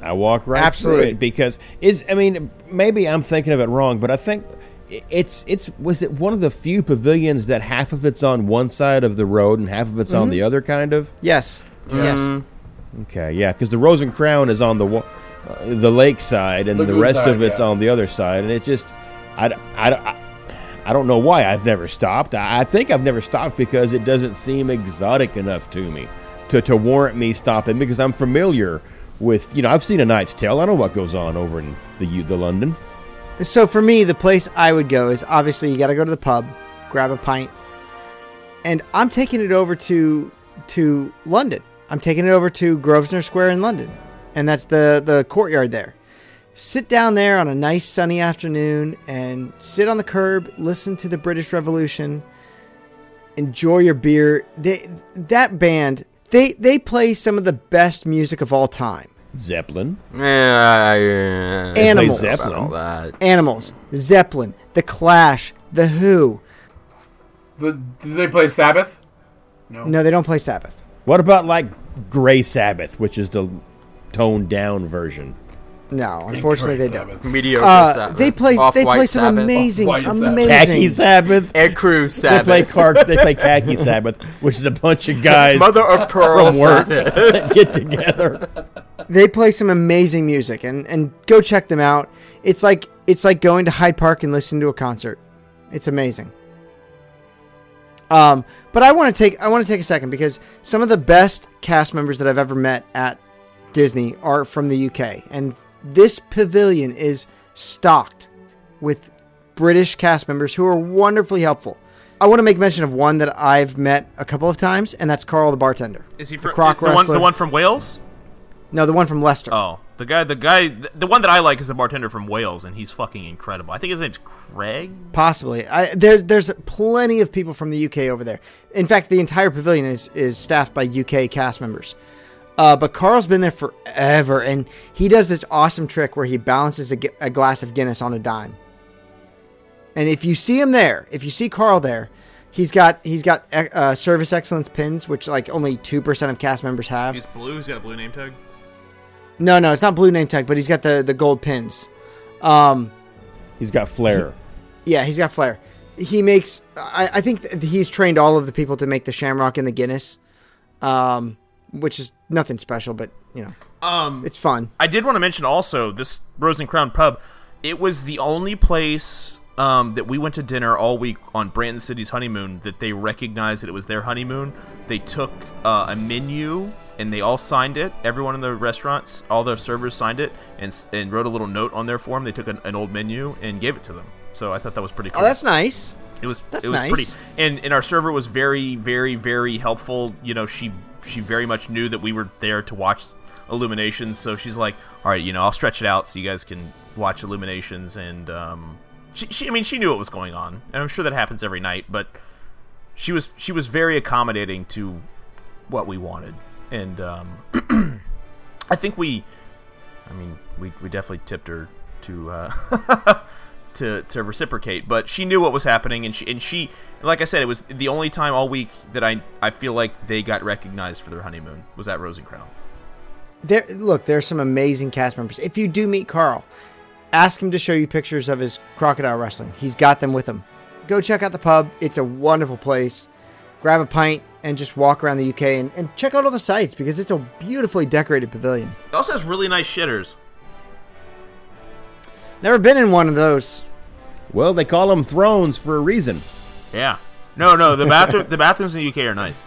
D: I walk right
A: Absolutely.
D: through it because is I mean maybe I'm thinking of it wrong, but I think i- it's it's was it one of the few pavilions that half of it's on one side of the road and half of it's
E: Mm-hmm.
D: on the other kind of.
A: Yes. Yes.
D: Okay, yeah, because the Rose and Crown is on the wa- uh, the lake side, and the
B: Lagoon
D: rest
B: side,
D: of it's
B: yeah.
D: on the other side, and it just I, d- I d- I- I don't know why I've never stopped. I, I think I've never stopped because it doesn't seem exotic enough to me to, to warrant me stopping because I'm familiar with you know I've seen a Knight's Tale. I know what goes on over in the U- the London.
A: So for me, the place I would go is obviously you got to go to the pub, grab a pint, and I'm taking it over to to London. I'm taking it over to Grosvenor Square in London, and that's the the courtyard there. Sit down there on a nice sunny afternoon and sit on the curb, listen to the British Revolution, enjoy your beer. They, that band, they they play some of the best music of all time.
D: Zeppelin.
E: Yeah, I-
A: Animals.
E: I don't know
D: Zeppelin.
E: about that.
A: Animals, Zeppelin, The Clash, The Who.
B: The, did they play Sabbath?
A: No, they don't play Sabbath.
D: What about like Grey Sabbath, which is the toned down version?
A: No, unfortunately they
B: Sabbath.
A: don't.
E: Mediocre.
A: Uh,
E: Sabbath.
A: they play they
E: Off-White
A: play some
E: Sabbath.
A: amazing
B: Off-White Sabbath.
D: Khaki
A: amazing
D: Sabbath.
E: Air Crew
D: They
E: Sabbath.
D: play Clark. They play Khaki Sabbath, which is a bunch of guys
E: Mother of Pearl
D: from work
E: Sabbath.
D: that get together.
A: they play some amazing music and and go check them out. It's like it's like going to Hyde Park and listening to a concert. It's amazing. Um, but I want to take I want to take a second because some of the best cast members that I've ever met at Disney are from the UK, and this pavilion is stocked with British cast members who are wonderfully helpful. I want to make mention of one that I've met a couple of times, and that's Carl the bartender.
F: Is he
A: The
F: from
A: croc
F: the one the
A: wrestler.
F: one from Wales?
A: No, the one from Leicester.
F: Oh, the guy the guy the, the one that I like is the bartender from Wales, and he's fucking incredible. I think his name's Craig.
A: Possibly. I, there's there's plenty of people from the UK over there. In fact, the entire pavilion is is staffed by UK cast members. Uh, but Carl's been there forever, and he does this awesome trick where he balances a, gu- a glass of Guinness on a dime. And if you see him there, if you see Carl there, he's got he's got e- uh, service excellence pins, which like only two percent of cast members have.
F: blue. He's got a blue name tag.
A: No, no, it's not blue name tag, but he's got the the gold pins. Um,
D: He's got flair.
A: yeah, he's got flair. He makes. I, I think th- he's trained all of the people to make the Shamrock and the Guinness, um, which is nothing special, but you know,
F: Um,
A: it's fun.
F: I did want to mention also this Rose and Crown pub. It was the only place um, that we went to dinner all week on Brandon City's honeymoon that they recognized that it was their honeymoon. They took uh, a menu and they all signed it. Everyone in the restaurants, all the servers signed it and s- and wrote a little note on their form. They took an, an old menu and gave it to them. So I thought that was pretty cool.
A: Oh, that's nice.
F: It was
A: That's
F: it was
A: nice.
F: pretty, and and our server was very very very helpful. You know, she she very much knew that we were there to watch Illuminations, so she's like, all right, you know, I'll stretch it out so you guys can watch Illuminations, and um, she, she I mean she knew what was going on, and I'm sure that happens every night, but she was she was very accommodating to what we wanted, and um, I think we, I mean, we, we definitely tipped her to uh, to to reciprocate, but she knew what was happening, and she and she, like I said, it was the only time all week that I I feel like they got recognized for their honeymoon was at Rose and Crown.
A: There, look, there are some amazing cast members. If you do meet Carl, ask him to show you pictures of his crocodile wrestling. He's got them with him. Go check out the pub. It's a wonderful place. Grab a pint and just walk around the UK and, and check out all the sites because it's a beautifully decorated pavilion.
F: It also has really nice shitters.
A: Never been in one of those.
D: Well, they call them thrones for a reason.
F: Yeah. No, no, the bathroom the bathrooms in the UK are nice.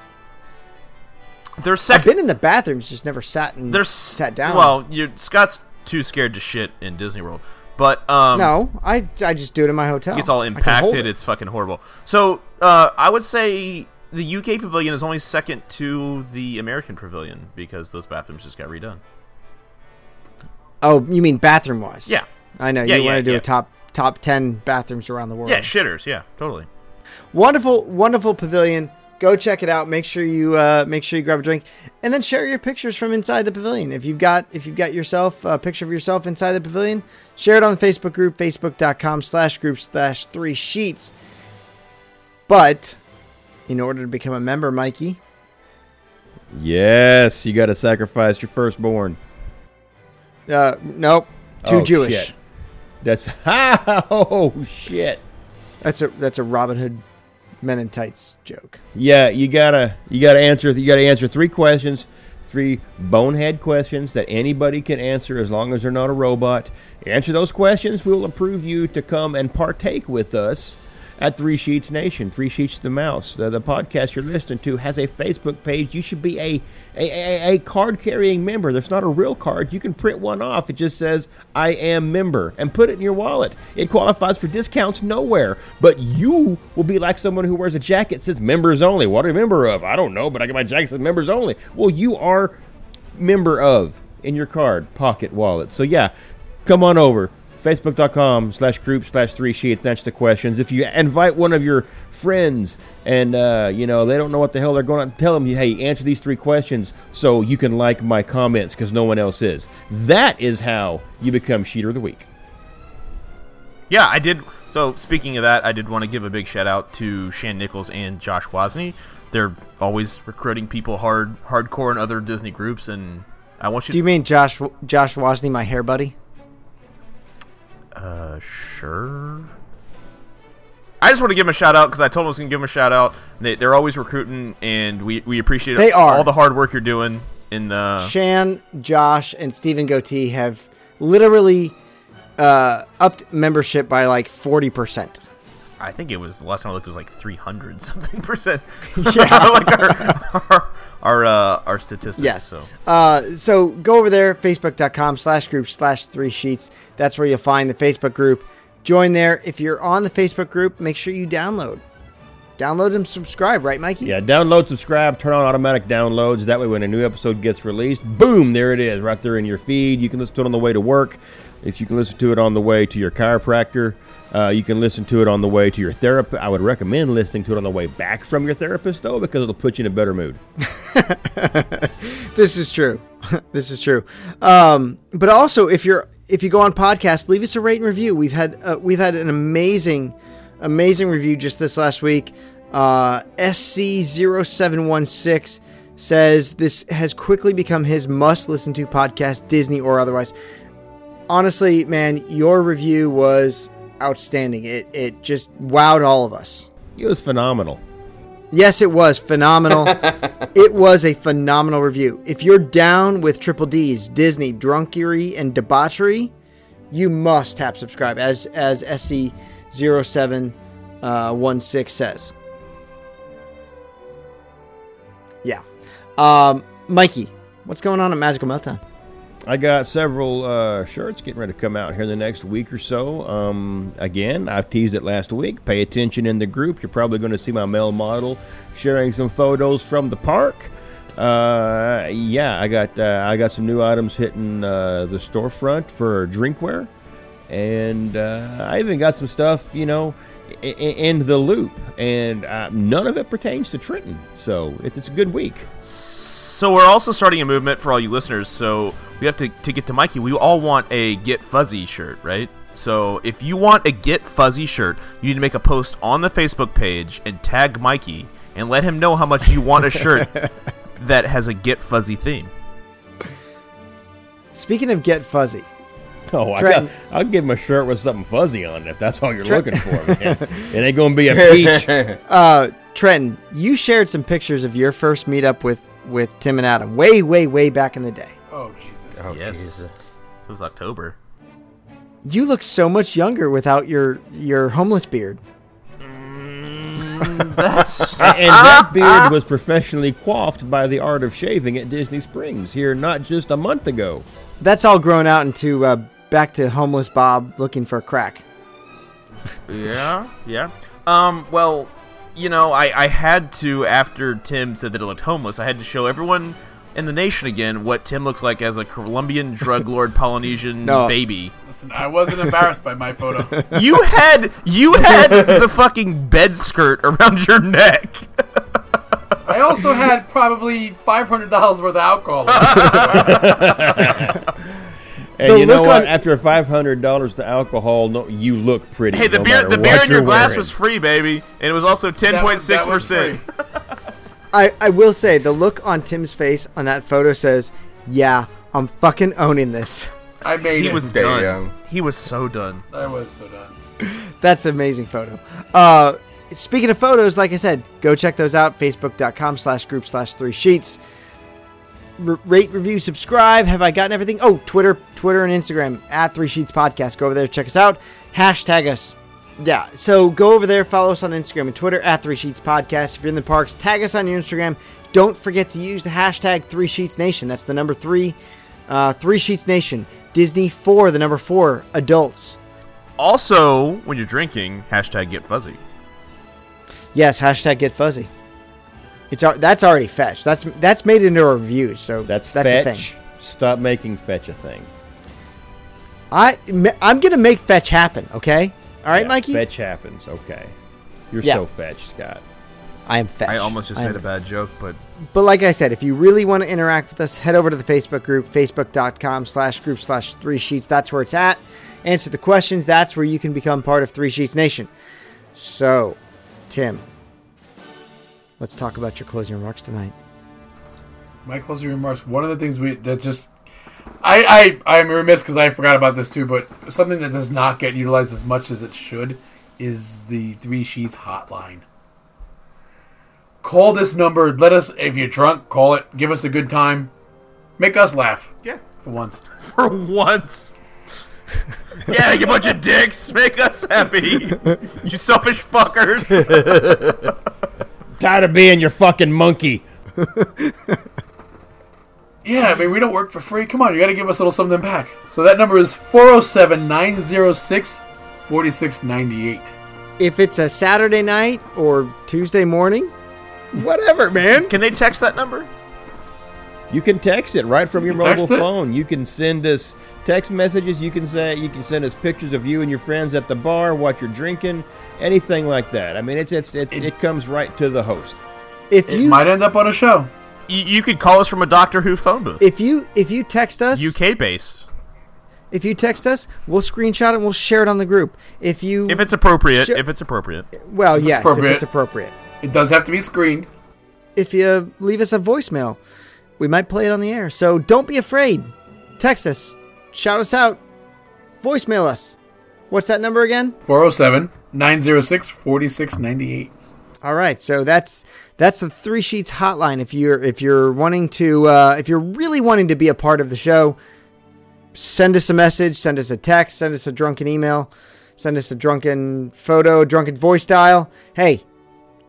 F: They're
A: I've
F: second.
A: been in the bathrooms, just never sat and
F: They're s-
A: sat down.
F: Well, you're, Scott's too scared to shit in Disney World, but um,
A: no, I, I just do it in my hotel.
F: It's all
A: I can hold
F: impacted.
A: it.
F: It's fucking horrible. So uh, I would say the UK pavilion is only second to the American pavilion because those bathrooms just got redone.
A: Oh, you mean bathroom wise?
F: Yeah.
A: I know.
F: Yeah,
A: you
F: yeah,
A: want to do
F: yeah.
A: a top top ten bathrooms around the world.
F: Yeah, shitters. Yeah, totally.
A: wonderful wonderful pavilion go check it out make sure you uh, make sure you grab a drink and then share your pictures from inside the pavilion if you've got if you've got yourself a picture of yourself inside the pavilion share it on the facebook group facebook.com slash group slash three sheets but in order to become a member mikey
D: Yes, you got to sacrifice your firstborn.
A: uh nope too
D: Oh,
A: jewish
D: shit. That's oh shit.
A: that's a that's a robin hood men in tights joke
D: Yeah, you gotta you gotta answer you gotta answer three questions, three bonehead questions that anybody can answer as long as they're not a robot. Answer those questions, we will approve you to come and partake with us at Three Sheets Nation, Three Sheets the Mouse. The, the podcast you're listening to has a Facebook page. You should be a a, a, a card carrying member. There's not a real card. You can print one off. It just says I am member and put it in your wallet. It qualifies for discounts nowhere. But you will be like someone who wears a jacket that says members only. What are you a member of? I don't know, but I get my jacket that says members only. Well, you are member of in your card pocket wallet so yeah come on over facebook.com slash group slash three sheets answer the questions if you invite one of your friends and uh, you know they don't know what the hell they're going to tell them hey answer these three questions so you can like my comments because no one else is that is how you become sheeter of the week
F: Yeah, I did. So speaking of that, I did want to give a big shout out to Shan Nichols and Josh Wozni. They're always recruiting people hard, hardcore, and other Disney groups. And I want you.
A: do you mean josh josh Wozny, my hair buddy
F: Uh, sure. I just want to give them a shout out because I told them I was going to give them a shout out. They, they're always recruiting, and we, we appreciate
A: They are.
F: all the hard work you're doing. In uh,
A: Shan, Josh, and Stephen Goatee have literally uh, upped membership by like forty percent.
F: I think it was the last time I looked it was like 300 something percent. Yeah, like our our our, uh, our statistics.
A: Yes.
F: So
A: Uh, so go over there, facebook.com slash group slash three sheets. That's where you'll find the Facebook group. Join there. If you're on the Facebook group, make sure you download. Download and subscribe, right, Mikey?
D: yeah download subscribe turn on automatic downloads that way when a new episode gets released boom there it is right there in your feed you can listen to it on the way to work if you can listen to it on the way to your chiropractor uh, you can listen to it on the way to your therapist i would recommend listening to it on the way back from your therapist though because it'll put you in a better mood
A: This is true. this is true. Um, but also, if you're if you go on podcast, leave us a rate and review. We've had uh, we've had an amazing, amazing review just this last week. Uh, SC 716 says this has quickly become his must listen to podcast, Disney or otherwise. Honestly, man, your review was outstanding. It it just wowed all of us.
D: It was phenomenal.
A: Yes, it was phenomenal. it was a phenomenal review. If you're down with Triple D's Disney drunkery and debauchery, you must tap subscribe as as SC 07 uh, 16 says. Yeah. Um, Mikey, what's going on at Magical Meltdown?
D: I got several uh, shirts getting ready to come out here in the next week or so. Um, again, I've teased it last week. Pay attention in the group. You're probably going to see my male model sharing some photos from the park. Uh, yeah, I got uh, I got some new items hitting uh, the storefront for drinkware, and uh, I even got some stuff you know i- i- in the loop, and uh, none of it pertains to Trenton. So it's, it's a good week.
F: So we're also starting a movement for all you listeners. So we have to to get to Mikey. We all want a Get Fuzzy shirt, right? So if you want a Get Fuzzy shirt, you need to make a post on the Facebook page and tag Mikey and let him know how much you want a shirt that has a Get Fuzzy theme.
A: Speaking of Get Fuzzy,
D: Oh, I
A: Trenton.
D: got, I'll give him a shirt with something fuzzy on it if that's all you're looking for. Man. it ain't gonna be a peach.
A: uh, Trenton, you shared some pictures of your first meetup with, with Tim and Adam way, way, way back in the day.
B: Oh Jesus.
F: yes, it was October.
A: You look so much younger without your, your homeless beard.
D: and that beard was professionally coiffed by the art of shaving at Disney Springs here not just a month ago.
A: That's all grown out into uh, back to homeless Bob looking for a crack.
F: Yeah, yeah. Um, well, you know, I, I had to after Tim said that it looked homeless. I had to show everyone in the nation again what Tim looks like as a Colombian drug lord Polynesian
A: No.
F: baby.
B: Listen, I wasn't embarrassed by my photo.
F: You had you had the fucking bed skirt around your neck.
B: I also had probably five hundred dollars worth of alcohol.
D: And
A: The
D: you know
A: look
D: what?
A: on-
D: After five hundred dollars to alcohol, no, you look pretty.
F: Hey, the
D: no
F: beer
D: matter
F: the
D: what
F: beer in your
D: you're
F: glass
D: wearing.
F: was free, baby, and it was also ten
B: That
F: point
B: was-
F: six
B: that was
F: percent.
B: free.
A: I, I will say the look on Tim's face on that photo says, "Yeah, I'm fucking owning this."
B: I made
F: He
B: it.
F: was
E: Damn.
F: done. He was so done.
B: I was uh, so done.
A: That's an amazing photo. Uh, speaking of photos, like I said, go check those out. Facebook.com slash group slash three sheets. R- rate, review, subscribe. Have I gotten everything? Oh, Twitter, Twitter and Instagram at three sheets podcast. Go over there, check us out. Hashtag us. Yeah. So go over there, follow us on Instagram and Twitter at three sheets podcast. If you're in the parks, tag us on your Instagram. Don't forget to use the hashtag three sheets nation. That's the number three, uh, three sheets nation. Disney four, the number four adults.
F: Also, when you're drinking, hashtag get fuzzy.
A: Yes, hashtag get fuzzy. It's al- that's already fetched. That's that's made into a review. So
D: That's,
A: that's the
D: fetch.
A: thing.
D: Stop making fetch a thing.
A: I me- I'm gonna make fetch happen. Okay. All right,
D: Yeah,
A: Mikey.
D: Fetch happens. Okay, you're
A: Yeah.
D: so fetch, Scott.
A: I am fetch.
F: I almost just
A: I am-
F: made a bad joke, but
A: But like I said, if you really want to interact with us, head over to the Facebook group, facebook.com slash group slash three sheets. That's where it's at. Answer the questions. That's where you can become part of Three Sheets Nation. So, Tim, let's talk about your closing remarks tonight.
B: my closing remarks. One of the things we that just I I I'm remiss because I forgot about this too, but something that does not get utilized as much as it should is the three sheets hotline. Call this number. Let us if you're drunk, call it. Give us a good time. Make us laugh
F: yeah.
B: for once.
F: for once. yeah, you bunch of dicks. Make us happy. You selfish fuckers.
D: Tired of being your fucking monkey.
B: Yeah, I mean we don't work for free. Come on, you got to give us a little something back. So that number is 407-906-4698.
A: If it's a Saturday night or Tuesday morning, whatever, man.
F: Can they text that number?
D: You can text it right from your
B: can
D: mobile
B: text it.
D: phone. You can send us text messages. You can say you can send us pictures of you and your friends at the bar, what you're drinking, anything like that. I mean, it's it's, it's it, comes right to the host.
A: If
B: It
A: you
B: might end up on a show.
F: You, you could call us from a Doctor Who phone booth.
A: if you if you text us,
F: UK based,
A: if you text us, we'll screenshot it and we'll share it on the group. If you
F: if it's appropriate.
A: Sure.
F: If it's appropriate.
A: well, yes, if
B: appropriate.
A: it's appropriate.
B: It does have to be screened.
A: if you leave us a voicemail. We might play it on the air. So don't be afraid. Text us, shout us out, voicemail us. What's that number again?
B: 407 906 4698.
A: All right, so that's that's the three sheets hotline. If you're if you're wanting to uh, if you're really wanting to be a part of the show, send us a message, send us a text, send us a drunken email, send us a drunken photo, drunken voice dial. Hey,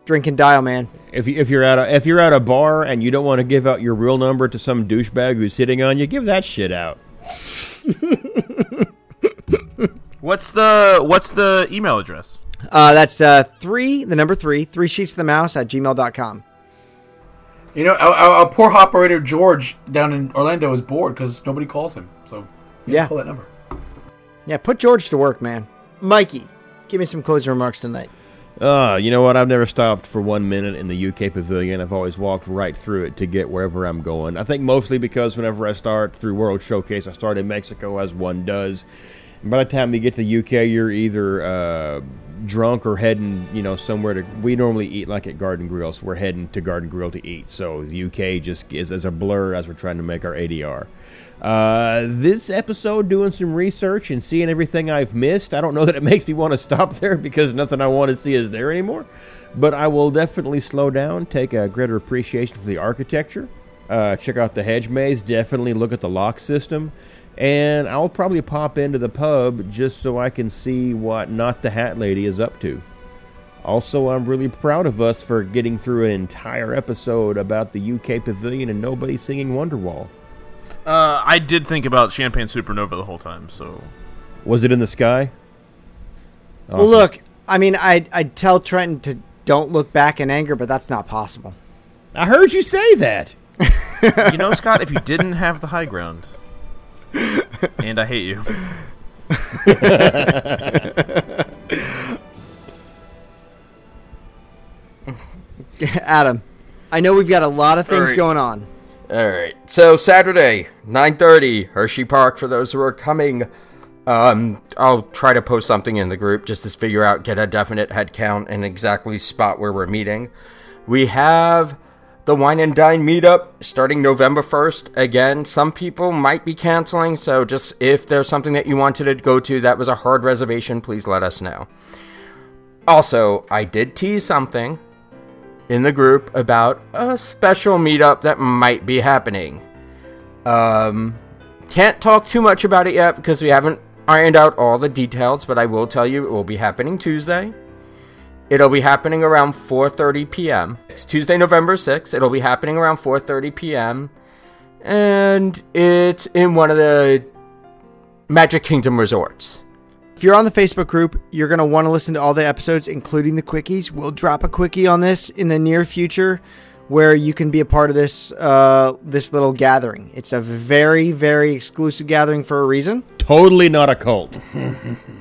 A: drink and dial, man.
D: If, you- if you're at a if you're at a bar and you don't want to give out your real number to some douchebag who's hitting on you, give that shit out.
F: What's the what's the email address?
A: Uh, that's uh, three the number three three sheets of the mouse at gmail.com.
B: You know, our, our- our poor operator George down in Orlando is bored because nobody calls him. So
A: Yeah,
B: call that number.
A: yeah. Put George to work, man. Mikey, give me some closing remarks tonight.
D: Uh, you know what? I've never stopped for one minute in the UK pavilion. I've always walked right through it to get wherever I'm going. I think mostly because whenever I start through World Showcase, I start in Mexico as one does. And by the time you get to the UK, you're either uh, drunk or heading, you know, somewhere to. We normally eat like at Garden Grill, so we're heading to Garden Grill to eat. So the UK just is as a blur as we're trying to make our ADR. Uh, this episode, doing some research and seeing everything I've missed, I don't know that it makes me want to stop there because nothing I want to see is there anymore. But I will definitely slow down, take a greater appreciation for the architecture, uh, check out the hedge maze, definitely look at the lock system, and I'll probably pop into the pub just so I can see what Not the Hat Lady is up to. Also, I'm really proud of us for getting through an entire episode about the UK Pavilion and nobody singing Wonderwall.
F: Uh, I did think about Champagne Supernova the whole time, so
D: Was it in the sky?
A: Well, look, I mean, I I tell Trenton to don't look back in anger, but that's not possible.
D: I heard you say that.
F: you know, Scott, if you didn't have the high ground, and I hate you.
A: Adam, I know we've got a lot of things
E: Alright.
A: going on.
E: All right. So Saturday, 9:30, Hershey Park for those who are coming. Um, I'll try to post something in the group just to figure out get a definite head count and exactly spot where we're meeting. We have the wine and dine meetup starting November 1st. Again, some people might be canceling, so just if there's something that you wanted to go to that was a hard reservation, please let us know. Also, I did tease something in the group about a special meetup that might be happening. Um, can't talk too much about it yet because we haven't ironed out all the details, but I will tell you it will be happening Tuesday. It'll be happening around 4:30 p.m. It's Tuesday, November 6th. It'll be happening around 4:30 p.m. and it's in one of the Magic Kingdom resorts.
A: If you're on the Facebook group, you're going to want to listen to all the episodes, including the quickies. We'll drop a quickie on this in the near future where you can be a part of this uh, this little gathering. It's a very, very exclusive gathering for a reason.
D: Totally not a cult.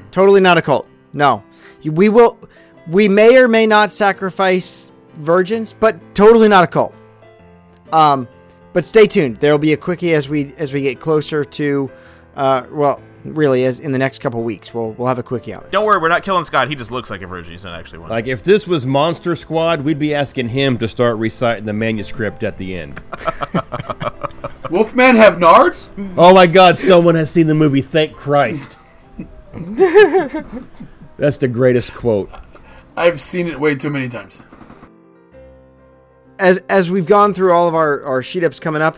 A: Totally not a cult. No. You- We will we may or may not sacrifice virgins, but totally not a cult. Um but stay tuned. There'll be a quickie as we as we get closer to uh well, really as in the next couple weeks. We'll we'll have a quickie on this.
F: Don't worry, we're not killing Scott. He just looks like a virgin. He's not actually one.
D: Like if this was Monster Squad, we'd be asking him to start reciting the manuscript at the end.
B: Wolfman have nards?
D: oh my God! Someone has seen the movie. Thank Christ. That's the greatest quote.
B: I've seen it way too many times.
A: As as we've gone through all of our our sheet ups coming up,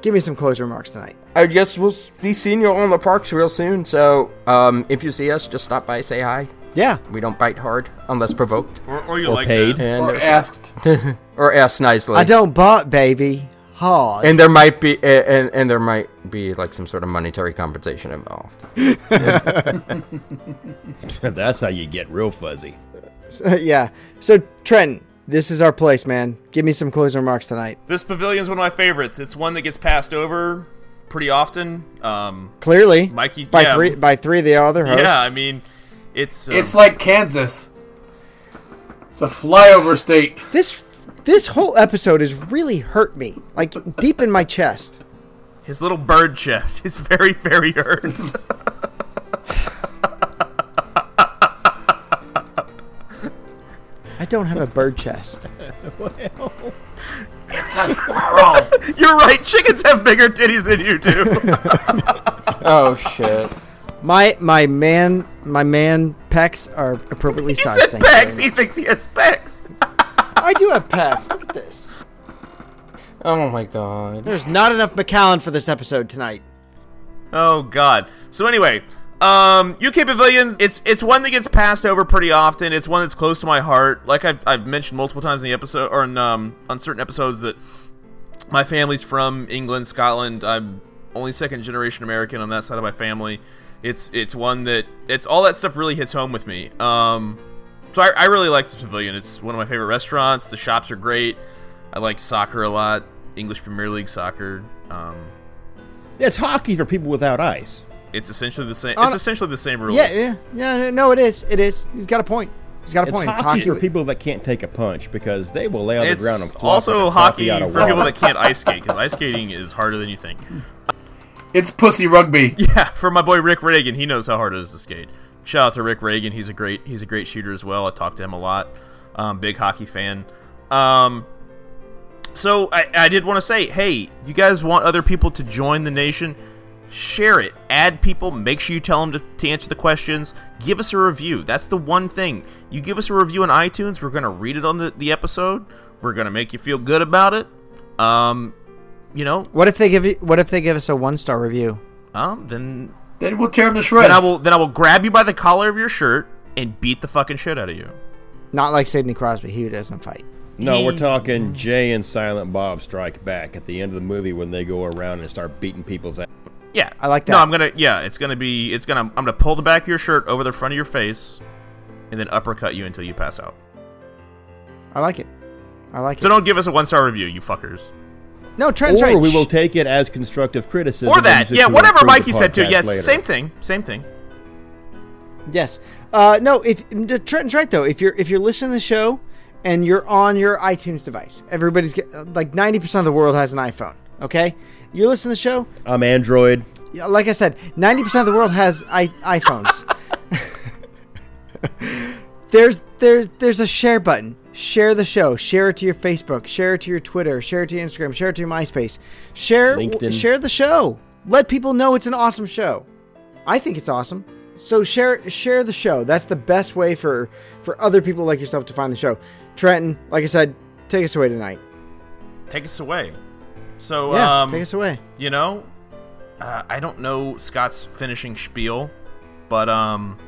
A: give me some closing remarks tonight.
E: I guess we'll be seeing you all in the parks real soon. So, um, if you see us, just stop by, say hi.
A: Yeah.
E: We don't bite hard unless provoked
F: Or, or you
D: Or
F: like
D: paid.
F: that.
E: and
B: Or asked.
E: or asked nicely.
A: I don't bot baby. Hard.
E: And there might be a- and and there might be like some sort of monetary compensation involved.
D: That's how you get real fuzzy.
A: yeah. So Trenton, this is our place, man. Give me some closing remarks tonight.
F: This pavilion's one of my favorites. It's one that gets passed over pretty often. Um,
A: Clearly,
F: Mikey-
A: by
F: yeah.
A: three by three of the other hosts.
F: yeah, I mean, it's um,
B: It's like Kansas. It's a flyover state.
A: This this whole episode has really hurt me, like deep in my chest.
F: his little bird chest is very, very hurt.
A: I don't have a bird chest.
B: It's a squirrel.
F: You're right. Chickens have bigger titties than you do.
E: Oh shit.
A: My my man my man pecs are appropriately
F: he
A: sized.
F: said
A: thank you very
F: pecs.
A: much.
F: He thinks he has pecs.
A: I do have pecs. Look at this.
E: Oh my god.
A: There's not enough McAllen for this episode tonight.
F: Oh God. So anyway, um, UK Pavilion. It's it's one that gets passed over pretty often. It's one that's close to my heart. Like I've, I've mentioned multiple times in the episode or in um, on certain episodes that my family's from England, Scotland. I'm only second generation American on that side of my family. It's it's one that it's all that stuff really hits home with me. Um, so I, I really like this pavilion. It's one of my favorite restaurants. The shops are great. I like soccer a lot. English Premier League soccer. Um,
D: It's hockey for people without eyes.
F: it's essentially the same.
A: On-
F: It's essentially the same rules.
A: Yeah, yeah, yeah. No, it is. It is. He's got a point. He's got a
D: It's
A: point.
D: hockey, for people that can't take a punch because they will lay on the
F: It's
D: ground and flop
F: also
D: like a
F: hockey
D: puppy out
F: for
D: of water.
F: people that can't ice skate because ice skating is harder than you think.
B: it's pussy rugby.
F: Yeah, for my boy Rick Reagan, he knows how hard it is to skate. Shout out to Rick Reagan. He's a great he's a great shooter as well. I talk to him a lot. Um, big hockey fan. Um, so I, I did want to say, hey, you guys want other people to join the nation? Share it. Add people. Make sure you tell them to, to answer the questions. Give us a review. That's the one thing. You give us a review on iTunes. We're gonna read it on the, the episode. We're gonna make you feel good about it. Um, you know,
A: What if they give you, What if they give us a one star review?
F: um, then
B: Then we'll tear him to shreds.
F: then I will then I will grab you by the collar of your shirt and beat the fucking shit out of you.
A: Not like Sidney Crosby. He doesn't fight.
D: No, we're talking Jay and Silent Bob Strike Back at the end of the movie when they go around and start beating people's ass.
F: Yeah,
A: I like
F: No,
A: that.
F: I'm gonna yeah, it's gonna be it's gonna I'm gonna pull the back of your shirt over the front of your face, and then uppercut you until you pass out.
A: I like it. I like
F: So
A: it.
F: don't give us a one star review, you fuckers.
A: No, Trent's
D: Or
A: right.
D: we will
A: Shh.
D: take it as constructive criticism.
F: Or
D: and
F: that,
D: use it
F: yeah,
D: to
F: whatever
D: improve the
F: Mikey said too.
D: podcast
F: Yes,
D: later.
F: same thing, same thing.
A: Yes. Uh, no, if Trenton's right though, if you're if you're listening to the show and you're on your iTunes device, everybody's get, like ninety percent of the world has an iPhone. Okay, you're listening to the show.
D: I'm Android.
A: Yeah, Like I said, ninety percent of the world has I- iPhones. there's there's there's a share button. Share the show. Share it to your Facebook. Share it to your Twitter. Share it to your Instagram. Share it to your MySpace. Share
D: LinkedIn.
A: share the show. Let people know it's an awesome show. I think it's awesome. So share share the show. That's the best way for for other people like yourself to find the show. Trenton, like I said, take us away tonight.
F: Take us away. So
A: Yeah,
F: um,
A: take us away.
F: you know, uh, I don't know Scott's finishing spiel, but um,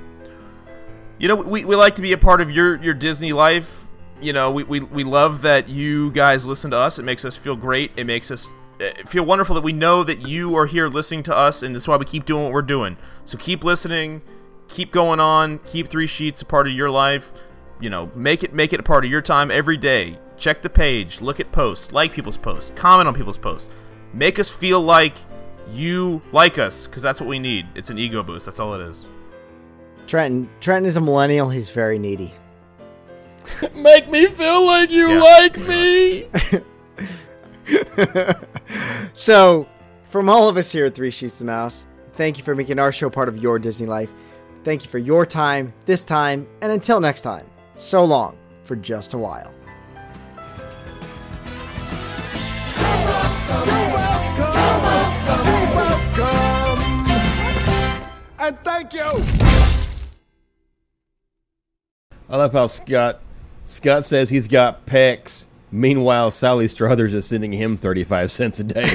F: you know, we, we like to be a part of your your Disney life. You know, we, we we love that you guys listen to us. It makes us feel great. It makes us uh, feel wonderful that we know that you are here listening to us, and that's why we keep doing what we're doing. So keep listening, keep going on, keep Three Sheets a part of your life. You know, make it make it a part of your time every day. Check the page, look at posts, like people's posts, comment on people's posts make us feel like you like us because that's what we need it's an ego boost that's all it is
A: Trenton Trenton is a millennial. He's very needy.
D: Make me feel like you
F: Yeah.
D: like me.
A: So, from all of us here at Three Sheets to the Mouse, thank you for making our show part of your Disney life. Thank you for your time, this time, and until next time, so long for just a while.
C: And thank you.
D: I love how Scott Scott says he's got pecs. Meanwhile, Sally Struthers is sending him 35 cents a day.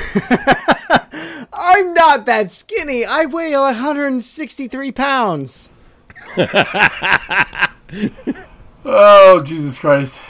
A: I'm not that skinny. I weigh 163 pounds.
B: Oh Jesus Christ.